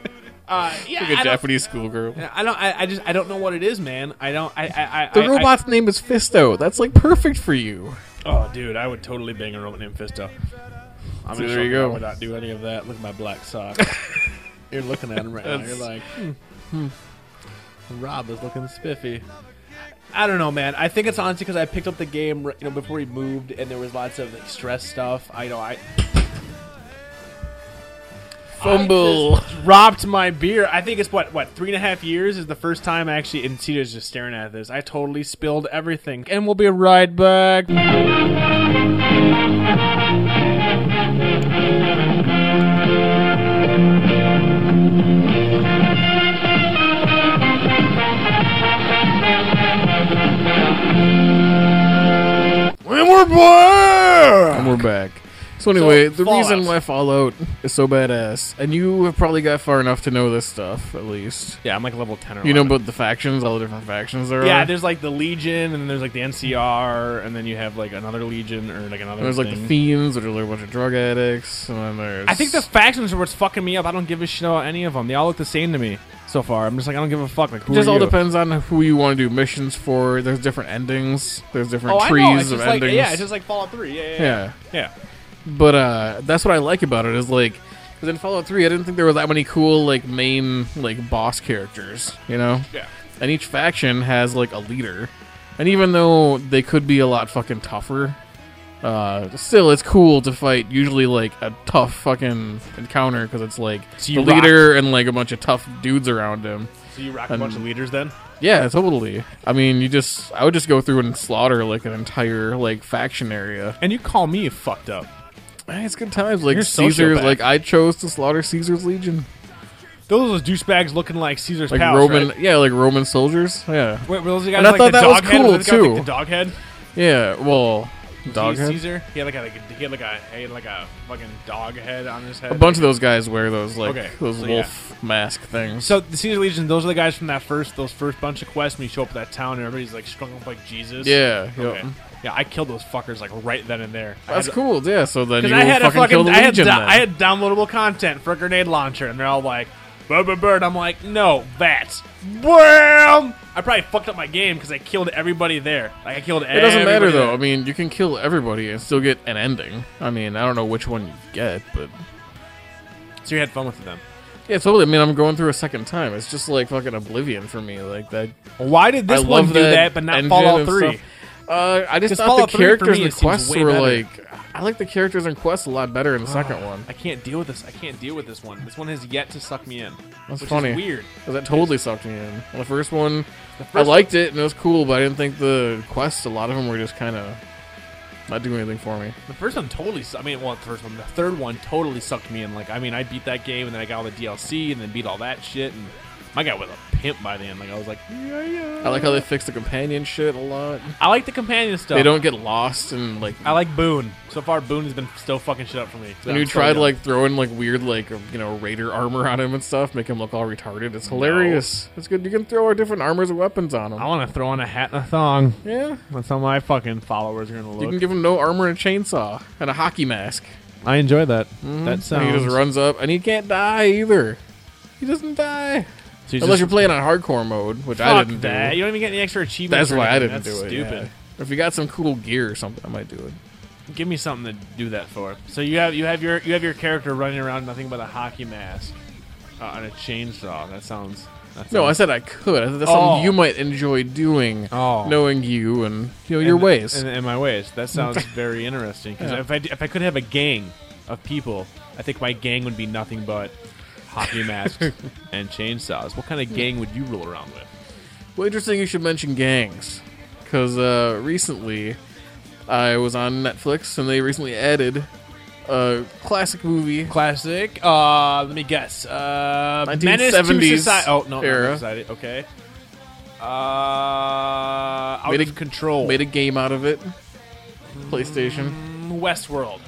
S5: yeah,
S6: Like a
S5: I don't,
S6: Japanese schoolgirl.
S5: I don't. I, I just. I don't know what it is, man. I don't. I. I. I
S6: The
S5: I,
S6: robot's name is Fisto. That's like perfect for you.
S5: I, oh, dude, I would totally bang a robot named Fisto. I'm
S6: So
S5: in
S6: there
S5: shock that I
S6: you go.
S5: would not do any of that. Look at my black sock. You're looking at him right now. You're like, hmm, hmm. Rob is looking spiffy. I don't know, man. I think it's honestly because I picked up the game, you know, before he moved, and there was lots of like, stress stuff. I know I.
S6: Fumble.
S5: dropped my beer. I think it's what what three and a half years is the first time I actually. And Cita's just staring at this. I totally spilled everything, and we'll be right back.
S6: And we're back. And we're back. So anyway, the
S5: Fallout.
S6: reason why Fallout is so badass, and you have probably got far enough to know this stuff, at least.
S5: Yeah, I'm like level ten or
S6: You know about the factions, all the different factions there
S5: yeah,
S6: are.
S5: there's like the Legion, and there's like the NCR, and then you have like another Legion or like another.
S6: there's like the
S5: thing.
S6: fiends, which are like a bunch of drug addicts, and then there's.
S5: I think the factions are what's fucking me up. I don't give a shit about any of them. They all look the same to me so far. I'm just like I don't give a fuck. Like who
S6: It just
S5: are
S6: all
S5: you?
S6: depends on who you want to do missions for. There's different endings. There's different
S5: Oh, I
S6: trees
S5: know. It's
S6: of
S5: just like,
S6: endings.
S5: yeah, it's just like Fallout Three. Yeah, yeah, yeah.
S6: yeah.
S5: yeah.
S6: But uh, that's what I like about it is like, 'cause in Fallout Three, I didn't think there were that many cool like main like boss characters, you know.
S5: Yeah.
S6: And each faction has like a leader, and even though they could be a lot fucking tougher, uh, still it's cool to fight usually like a tough fucking encounter because it's like
S5: So
S6: the
S5: you rock-
S6: leader and like a bunch of tough dudes around him.
S5: So you rock a bunch of leaders then?
S6: Yeah, totally. I mean, you just I would just go through and slaughter like an entire like faction area.
S5: And you call me fucked up.
S6: Man, it's good times. Like
S5: You're a
S6: Caesar's,
S5: sociopath.
S6: like I chose to slaughter Caesar's legion,
S5: Those are those douchebags looking like Caesar's
S6: like
S5: palace.
S6: Roman,
S5: right?
S6: yeah, like Roman soldiers, yeah,
S5: Wait, were those the guys
S6: And I
S5: like
S6: thought
S5: the
S6: that was
S5: dog head?
S6: cool,
S5: Was this guy with,
S6: too.
S5: Like the dog head.
S6: yeah. Well, dog
S5: Caesar-
S6: head.
S5: Caesar. He had like a like, he had like a he had like a fucking dog head on his head.
S6: A bunch of those guys wear those like
S5: Okay,
S6: those
S5: so,
S6: wolf mask things.
S5: So the Caesar Legion, those are the guys from that first those first bunch of quests. When you show up at that town, and everybody's like strung up like Jesus.
S6: yeah, yep.
S5: Okay. Yeah, I killed those fuckers like right then and there.
S6: that's cool. Yeah. So then
S5: Because
S6: you
S5: I had a
S6: fucking kill
S5: fucking
S6: the
S5: I had,
S6: legion.
S5: do-
S6: then.
S5: I had downloadable content for a grenade launcher, and they're all like, "Bird, bird, bird." I'm like, "No, bats." Bam! I probably fucked up my game because I killed everybody there. Like I killed.
S6: it doesn't matter
S5: everybody
S6: though. I
S5: there.
S6: mean, you can kill everybody and still get an ending. I mean, I don't know which one you get, but
S5: So you had fun with them.
S6: yeah, totally. I mean, I'm going through a second time. It's just like fucking Oblivion for me. Like that
S5: Why did this
S6: I
S5: one
S6: love
S5: do that, but not
S6: engine
S5: Fallout
S6: and
S5: Three?
S6: stuff. Uh, I just
S5: 'Cause
S6: thought
S5: Fallout 3
S6: the
S5: for
S6: characters
S5: me,
S6: and
S5: it seems
S6: quests
S5: way
S6: were
S5: better.
S6: like. I like the characters and quests a lot better in the second one.
S5: I can't deal with this. I can't deal with this one. This one has yet to suck me in.
S6: That's
S5: which
S6: funny.
S5: Is weird.
S6: 'Cause that totally sucked me in. The first one, I
S5: first-
S6: liked it and it was cool, but I didn't think the quests. A lot of them were just kind of not doing anything for me.
S5: The first one totally. su- I mean, well, the first one, the third one totally sucked me in. Like, I mean, I beat that game, and then I got all the DLC, and then beat all that shit, and My guy was a pimp by then. Like I was like, yeah, yeah.
S6: I like how they fix the companion shit a lot.
S5: I like the companion stuff.
S6: They don't get lost and like.
S5: I like Boone. So far, Boone has been still fucking shit up for me.
S6: When you tried like throwing like weird like you know raider armor on him and stuff, make him look all retarded. It's hilarious. It's good. You can throw our different armors and weapons on him.
S5: I want to throw on a hat and a thong.
S6: yeah,
S5: That's how my fucking followers are gonna
S6: you
S5: look.
S6: can give him no armor and a chainsaw and a hockey mask.
S5: I enjoy that. That
S6: And
S5: sounds.
S6: he Mm-hmm. just runs up and he can't die either. He doesn't die
S5: So you just-
S6: unless you're playing on hardcore mode, which I
S5: Fuck
S6: didn't
S5: that.
S6: do.
S5: You don't even get any extra achievements.
S6: That's
S5: or
S6: why I
S5: anything.
S6: didn't
S5: That's
S6: do it.
S5: Stupid.
S6: yeah. If you got some cool gear or something, I might do it.
S5: Give me something to do that for. So you have you have your you have your character running around nothing but a hockey mask uh, and a chainsaw. That sounds. That
S6: No, I
S5: sounds-
S6: said I could. I said that's
S5: Oh.
S6: something you might enjoy doing,
S5: Oh.
S6: knowing you and you know your
S5: and-
S6: ways.
S5: And, and my ways. That sounds very interesting. 'cause
S6: Yeah.
S5: if I d- if I could have a gang of people, I think my gang would be nothing but hockey masks and chainsaws. What kind of gang would you roll around with?
S6: Well, interesting you should mention gangs, because uh, recently I was on Netflix and they recently added a classic movie.
S5: Classic. Uh, let me guess. Uh,
S6: 1970s
S5: Society. Oh no,
S6: era.
S5: Not society. Okay. Uh, out
S6: Made
S5: of
S6: a-
S5: control.
S6: Made a game out of it. PlayStation.
S5: Westworld.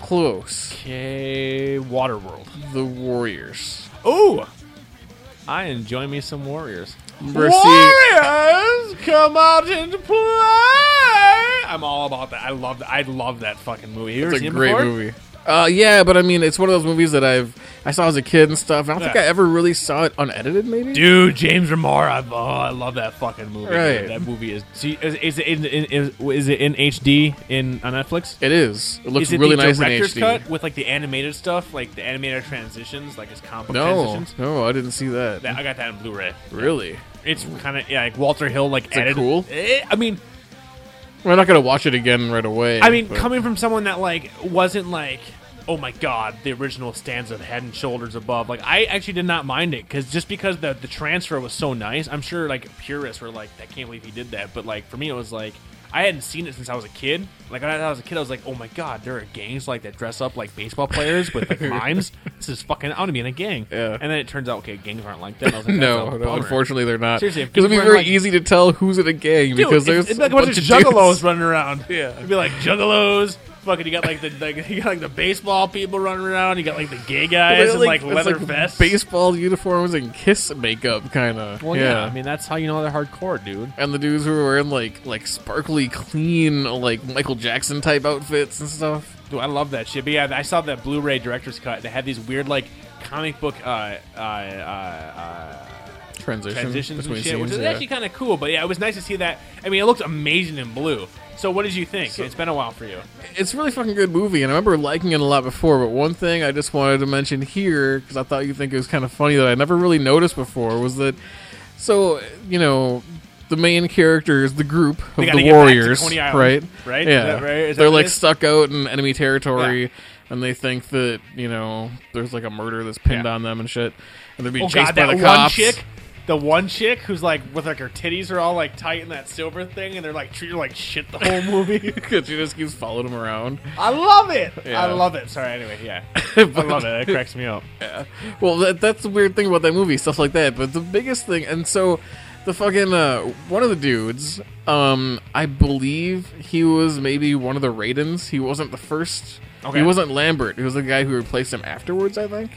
S6: Close.
S5: Okay, Waterworld.
S6: The Warriors.
S5: Oh, I enjoy me some Warriors.
S6: Remember seeing-
S5: Warriors, come out and play. I'm all about that. I love that. I love that fucking movie. You ever
S6: It's a
S5: seen it
S6: great
S5: before?
S6: movie. Uh, yeah, but I mean, it's one of those movies that I've I saw as a kid and stuff. and I don't
S5: Yeah.
S6: think I ever really saw it unedited. Maybe.
S5: Dude, James Remar, I, oh, I love that fucking movie.
S6: Right.
S5: dude. That movie is. See, is, is it in, in, is, is it in HD in on Netflix?
S6: It is. It looks
S5: is it
S6: really
S5: the
S6: nice in
S5: director's
S6: HD.
S5: cut with like the animated stuff, like the animated transitions, like his combo
S6: No,
S5: transitions?
S6: no, I didn't see that.
S5: That, I got that in Blu-ray.
S6: really?
S5: It's kind of yeah, like Walter Hill like
S6: it
S5: added.
S6: cool?
S5: Eh, I mean,
S6: I'm not gonna watch it again right away.
S5: I mean,
S6: but-
S5: coming from someone that like wasn't like, oh my god, the original stands of head and shoulders above. Like, I actually did not mind it because just because the the transfer was so nice. I'm sure like purists were like, I can't believe he did that. But like for me, it was like. I hadn't seen it since I was a kid. Like when I was a kid, I was like, "Oh my god, there are gangs like that dress up like baseball players with like mimes. This is fucking. I want to be in a gang."
S6: Yeah.
S5: And then it turns out, okay, gangs aren't like that. and I was like,
S6: no,
S5: that's a
S6: no,
S5: bummer.
S6: unfortunately they're not.
S5: Seriously, if
S6: because it'd be
S5: people
S6: very
S5: were like-
S6: easy to tell who's in a gang
S5: Dude, it's-
S6: because there's
S5: it's like a bunch, of juggalos running around.
S6: Yeah.
S5: it'd be like juggalos. Fucking, you got like the like, you got like the baseball people running around. You got like the gay guys in like, leather vests.
S6: baseball uniforms, and kiss makeup, kind of.
S5: well, yeah. I mean that's how you know they're hardcore, dude.
S6: and the dudes who were wearing like like sparkly, clean, like Michael Jackson type outfits and stuff.
S5: Dude, I love that shit. But yeah, I saw that Blu-ray director's cut. They had these weird like comic book uh, uh, uh, uh,
S6: Transition
S5: transitions and
S6: between
S5: shit,
S6: scenes,
S5: which is
S6: yeah.
S5: actually kind of cool. But yeah, it was nice to see that. I mean, it looked amazing in blue. So what did you think? it's been a while for you.
S6: it's a really fucking good movie, and I remember liking it a lot before. But one thing I just wanted to mention here, because I thought you'd think it was kind of funny that I never really noticed before, was that so you know the main character is the group
S5: gotta
S6: of the
S5: get back to
S6: warriors,
S5: Coney Island,
S6: right?
S5: right? Is
S6: Yeah,
S5: that right? Is that
S6: they're
S5: what it
S6: like
S5: is?
S6: stuck out in enemy territory.
S5: Yeah.
S6: And they think that you know there's like a murder that's pinned
S5: Yeah.
S6: on them and shit, and they're being
S5: Oh god,
S6: chased by
S5: that
S6: the
S5: one
S6: cops.
S5: chick, the one chick who's like with like her titties are all like tight in that silver thing, and they're like treat her like shit the whole movie.
S6: 'Cause she just keeps following him around.
S5: I love it.
S6: Yeah.
S5: I love it. Sorry. Anyway, yeah, I
S6: But-
S5: love it. That cracks me up.
S6: Well, that, that's the weird thing about that movie, stuff like that. But the biggest thing, and so the fucking uh, one of the dudes, um, I believe he was maybe one of the Raidens. He wasn't the first.
S5: Okay.
S6: He wasn't Lambert. He was the guy who replaced him afterwards. I think.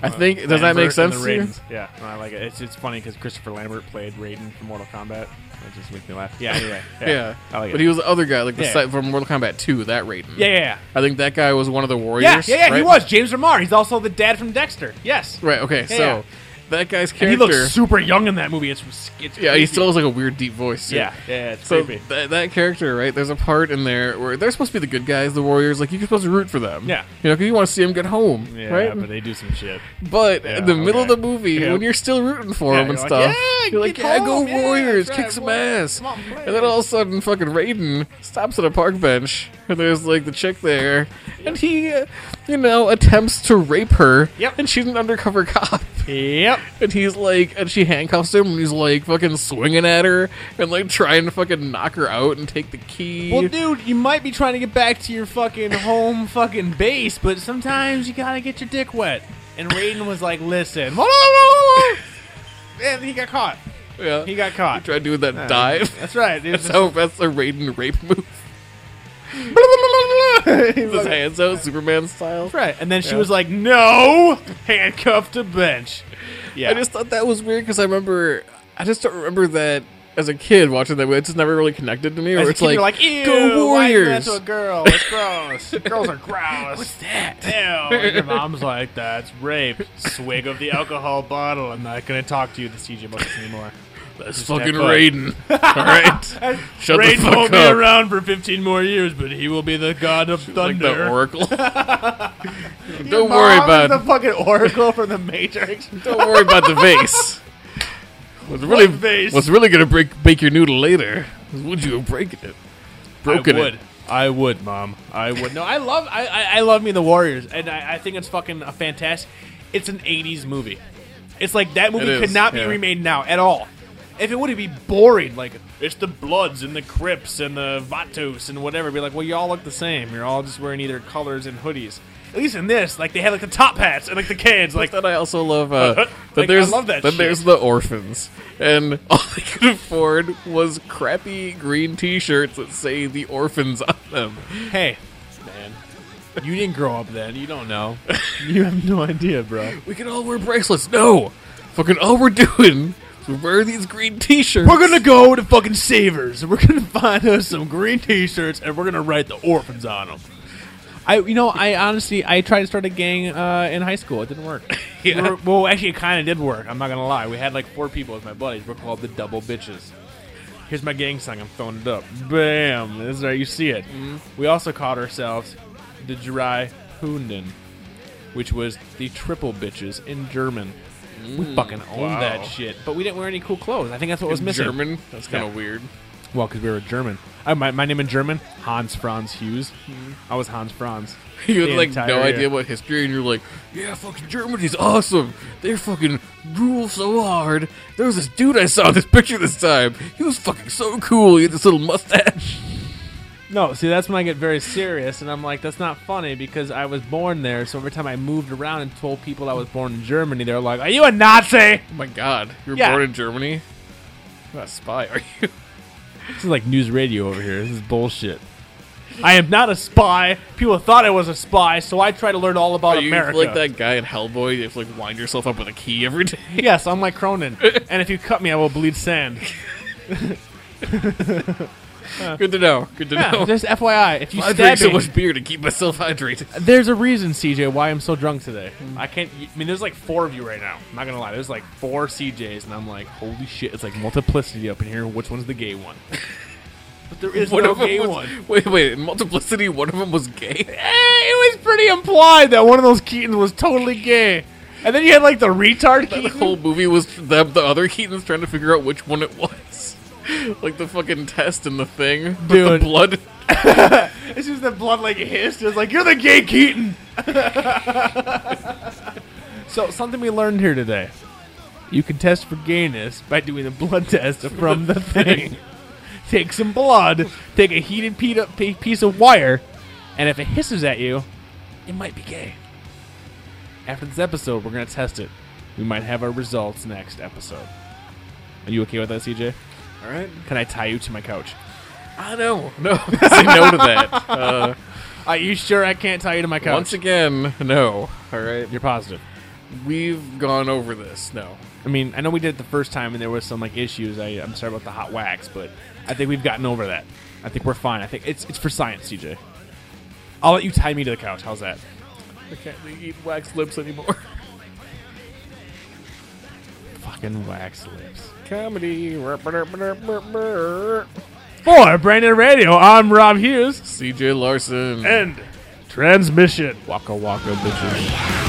S6: I think. Does that make
S5: Uh, Lambert and
S6: sense?
S5: the
S6: to you?
S5: Raidens. Yeah, no, I like it. It's, it's funny because Christopher Lambert played Raiden from Mortal Kombat. That just makes me laugh. Yeah. Anyway. Yeah.
S6: Yeah.
S5: I like
S6: but
S5: it.
S6: he was the other guy, like the
S5: Yeah.
S6: side from Mortal Kombat 2, that Raiden.
S5: yeah. Yeah. Yeah.
S6: I think that guy was one of the
S5: Yeah,
S6: warriors.
S5: yeah, yeah, he
S6: right?
S5: was James Remar. He's also the dad from Dexter. Yes,
S6: Right. Okay. so
S5: yeah.
S6: that guy's
S5: and
S6: character.
S5: he looks super young in that movie. It's, it's
S6: yeah. He
S5: creepy.
S6: still has like a weird deep voice. too.
S5: yeah, yeah. It's
S6: So
S5: creepy.
S6: th- that character, right? There's a part in there where they're supposed to be the good guys, the warriors. Like you're supposed to root for them.
S5: Yeah.
S6: you know, 'cause you want to see them get home,
S5: Yeah,
S6: right?
S5: but they do some shit.
S6: But
S5: Yeah,
S6: in the middle of
S5: okay.
S6: the movie,
S5: Yeah.
S6: when you're still rooting for
S5: Yeah,
S6: them and
S5: you're like,
S6: stuff,
S5: "Yeah,
S6: you're like,
S5: get
S6: "Yeah,
S5: home,
S6: go
S5: yeah,
S6: warriors,
S5: that's
S6: kick
S5: right,
S6: some
S5: boy.
S6: ass!"
S5: Come on, play.
S6: and then all of a sudden, fucking Raiden stops at a park bench, and there's like the chick there, and he, uh, you know, attempts to rape her,
S5: Yep.
S6: and she's an undercover cop.
S5: Yep.
S6: And he's like, and she handcuffs him, and he's like fucking swinging at her and like trying to fucking knock her out and take the key.
S5: Well, dude, you might be trying to get back to your fucking home fucking base, but sometimes you gotta get your dick wet. And Raiden was like, listen, and he got caught.
S6: Yeah.
S5: He got caught.
S6: Tried doing that dive.
S5: That's right. It
S6: That's
S5: was-
S6: how that's the Raiden rape move.
S5: He
S6: With his
S5: fucking-
S6: hands out, Superman style.
S5: Right, and then she was like, "No, handcuffed to bench." Yeah,
S6: I just thought that was weird because I remember, I just don't remember that as a kid watching that. It just never really connected to me. Where
S5: As a
S6: it's
S5: kid,
S6: like,
S5: you're like Ew,
S6: go
S5: why you do that
S6: Warriors.
S5: to a girl. It's gross. Girls are gross. What's that? Ew. And your mom's like, "That's rape." Swig of the alcohol bottle. I'm not gonna talk to you, the CJ Buckets anymore.
S6: That's
S5: that
S6: fucking
S5: butt.
S6: Raiden. All right, shut
S5: Raiden
S6: the fuck
S5: won't
S6: up.
S5: be around for 15 more years, but he will be the god of
S6: Like
S5: thunder.
S6: the Oracle. don't worry about
S5: the fucking oracle from the Matrix.
S6: don't worry about the vase. What's really
S5: vase?
S6: What's really gonna break bake your noodle later? is Would you have breaking it? Broken
S5: I would.
S6: it.
S5: I would, mom. I would. No, I love. I, I, I love me the Warriors, and I, I think it's fucking a fantastic. It's an '80s movie. It's like that movie
S6: It
S5: could
S6: is,
S5: not be
S6: yeah.
S5: remade now at all. If it would, it'd be boring. Like it's the Bloods and the Crips and the Vatos and whatever. Be like, well, you all look the same. You're all just wearing either colors and hoodies. At least in this, like they had like the top hats and like the cans. Like
S6: Like that, I also love uh, that.
S5: Like, I
S6: there's
S5: love that shit.
S6: there's the orphans, and all they could afford was crappy green T-shirts that say the orphans on them.
S5: hey, man, you didn't grow up then. You don't know. you have no idea, bro.
S6: We can all wear bracelets. No, fucking all we're doing is we're wearing these green T-shirts.
S5: We're gonna go to fucking Savers. and We're gonna find us some green T-shirts, and we're gonna write the orphans on them. I, you know, I honestly, I tried to start a gang uh, in high school. It didn't work.
S6: Yeah.
S5: We're- Well, actually, it kind of did work. I'm not gonna lie. We had like four people as my buddies. We're called the Double Bitches. Here's my gang song. I'm throwing it up. Bam. This is right. You see it. We also called ourselves the Dry Hunden, which was the Triple Bitches in German. we fucking owned
S6: Mm, wow.
S5: that shit, but we didn't wear any cool clothes. I think that's what was
S6: In
S5: missing.
S6: German. That's kind of
S5: Yeah.
S6: weird.
S5: Well, because we were German. I, my, my name in German, Hans Franz Hughes. I was Hans Franz.
S6: Hmm. You
S5: the
S6: had like
S5: entire
S6: no
S5: year.
S6: idea what history, and you're like, yeah, fucking Germany's awesome. They fucking rule so hard. There was this dude I saw in this picture this time. He was fucking so cool. He had this little mustache.
S5: No, see, that's when I get very serious, and I'm like, that's not funny because I was born there. So every time I moved around and told people I was born in Germany, they're like, "Are you a Nazi?"
S6: Oh my god, you were
S5: Yeah.
S6: born in Germany? You're not a spy, are you?
S5: This is like news radio over here. This is bullshit. I am not a spy. People thought I was a spy, so I try to learn all about
S6: Are Oh, you
S5: America.
S6: like that guy in Hellboy? You have to like wind yourself up with a key every day.
S5: Yes, I'm like Cronin, and if you cut me, I will bleed sand.
S6: Good to know. Good to
S5: Yeah,
S6: know.
S5: just FYI, if you
S6: I
S5: stab
S6: drink so
S5: me-
S6: much beer to keep myself hydrated.
S5: There's a reason, CJ, why I'm so drunk today. I can't. I mean, there's like four of you right now. I'm not gonna lie. There's like four CJs, and I'm like, holy shit! It's like multiplicity up in here. Which one's the gay one? But there is
S6: One
S5: no
S6: of them
S5: gay
S6: was,
S5: one.
S6: Wait, wait. In multiplicity, one of them was gay.
S5: Eh, it was pretty implied that one of those Keatons was totally gay, and then you had like the retard
S6: The
S5: Keaton.
S6: whole movie was them, the other Keaton's trying to figure out which one it was. Like the fucking test and the thing. with
S5: Dude.
S6: The blood.
S5: It's just the blood like hissed. It was like, you're the gay Keaton. so, something we learned here today. You can test for gayness by doing a blood test from the thing. take some blood, take a heated pe- pe- piece of wire, and if it hisses at you, it might be gay. After this episode, we're going to test it. We might have our results next episode. Are you okay with that, CJ?
S6: All right.
S5: Can I tie you to my couch?
S6: I know. No. Say no to that. Uh,
S5: Are you sure I can't tie you to my couch?
S6: once again, no. All right.
S5: You're positive.
S6: We've gone over this. No.
S5: I mean, I know we did it the first time and there was some like issues. I, I'm sorry about the hot wax, but I think we've gotten over that. I think we're fine. I think it's it's for science, CJ. I'll let you tie me to the couch. How's that?
S6: I can't eat wax lips anymore.
S5: Fucking wax lips.
S6: Comedy.
S5: For Brandon Radio, I'm Rob Hughes
S6: CJ Larson.
S5: and transmission. Waka waka bitches.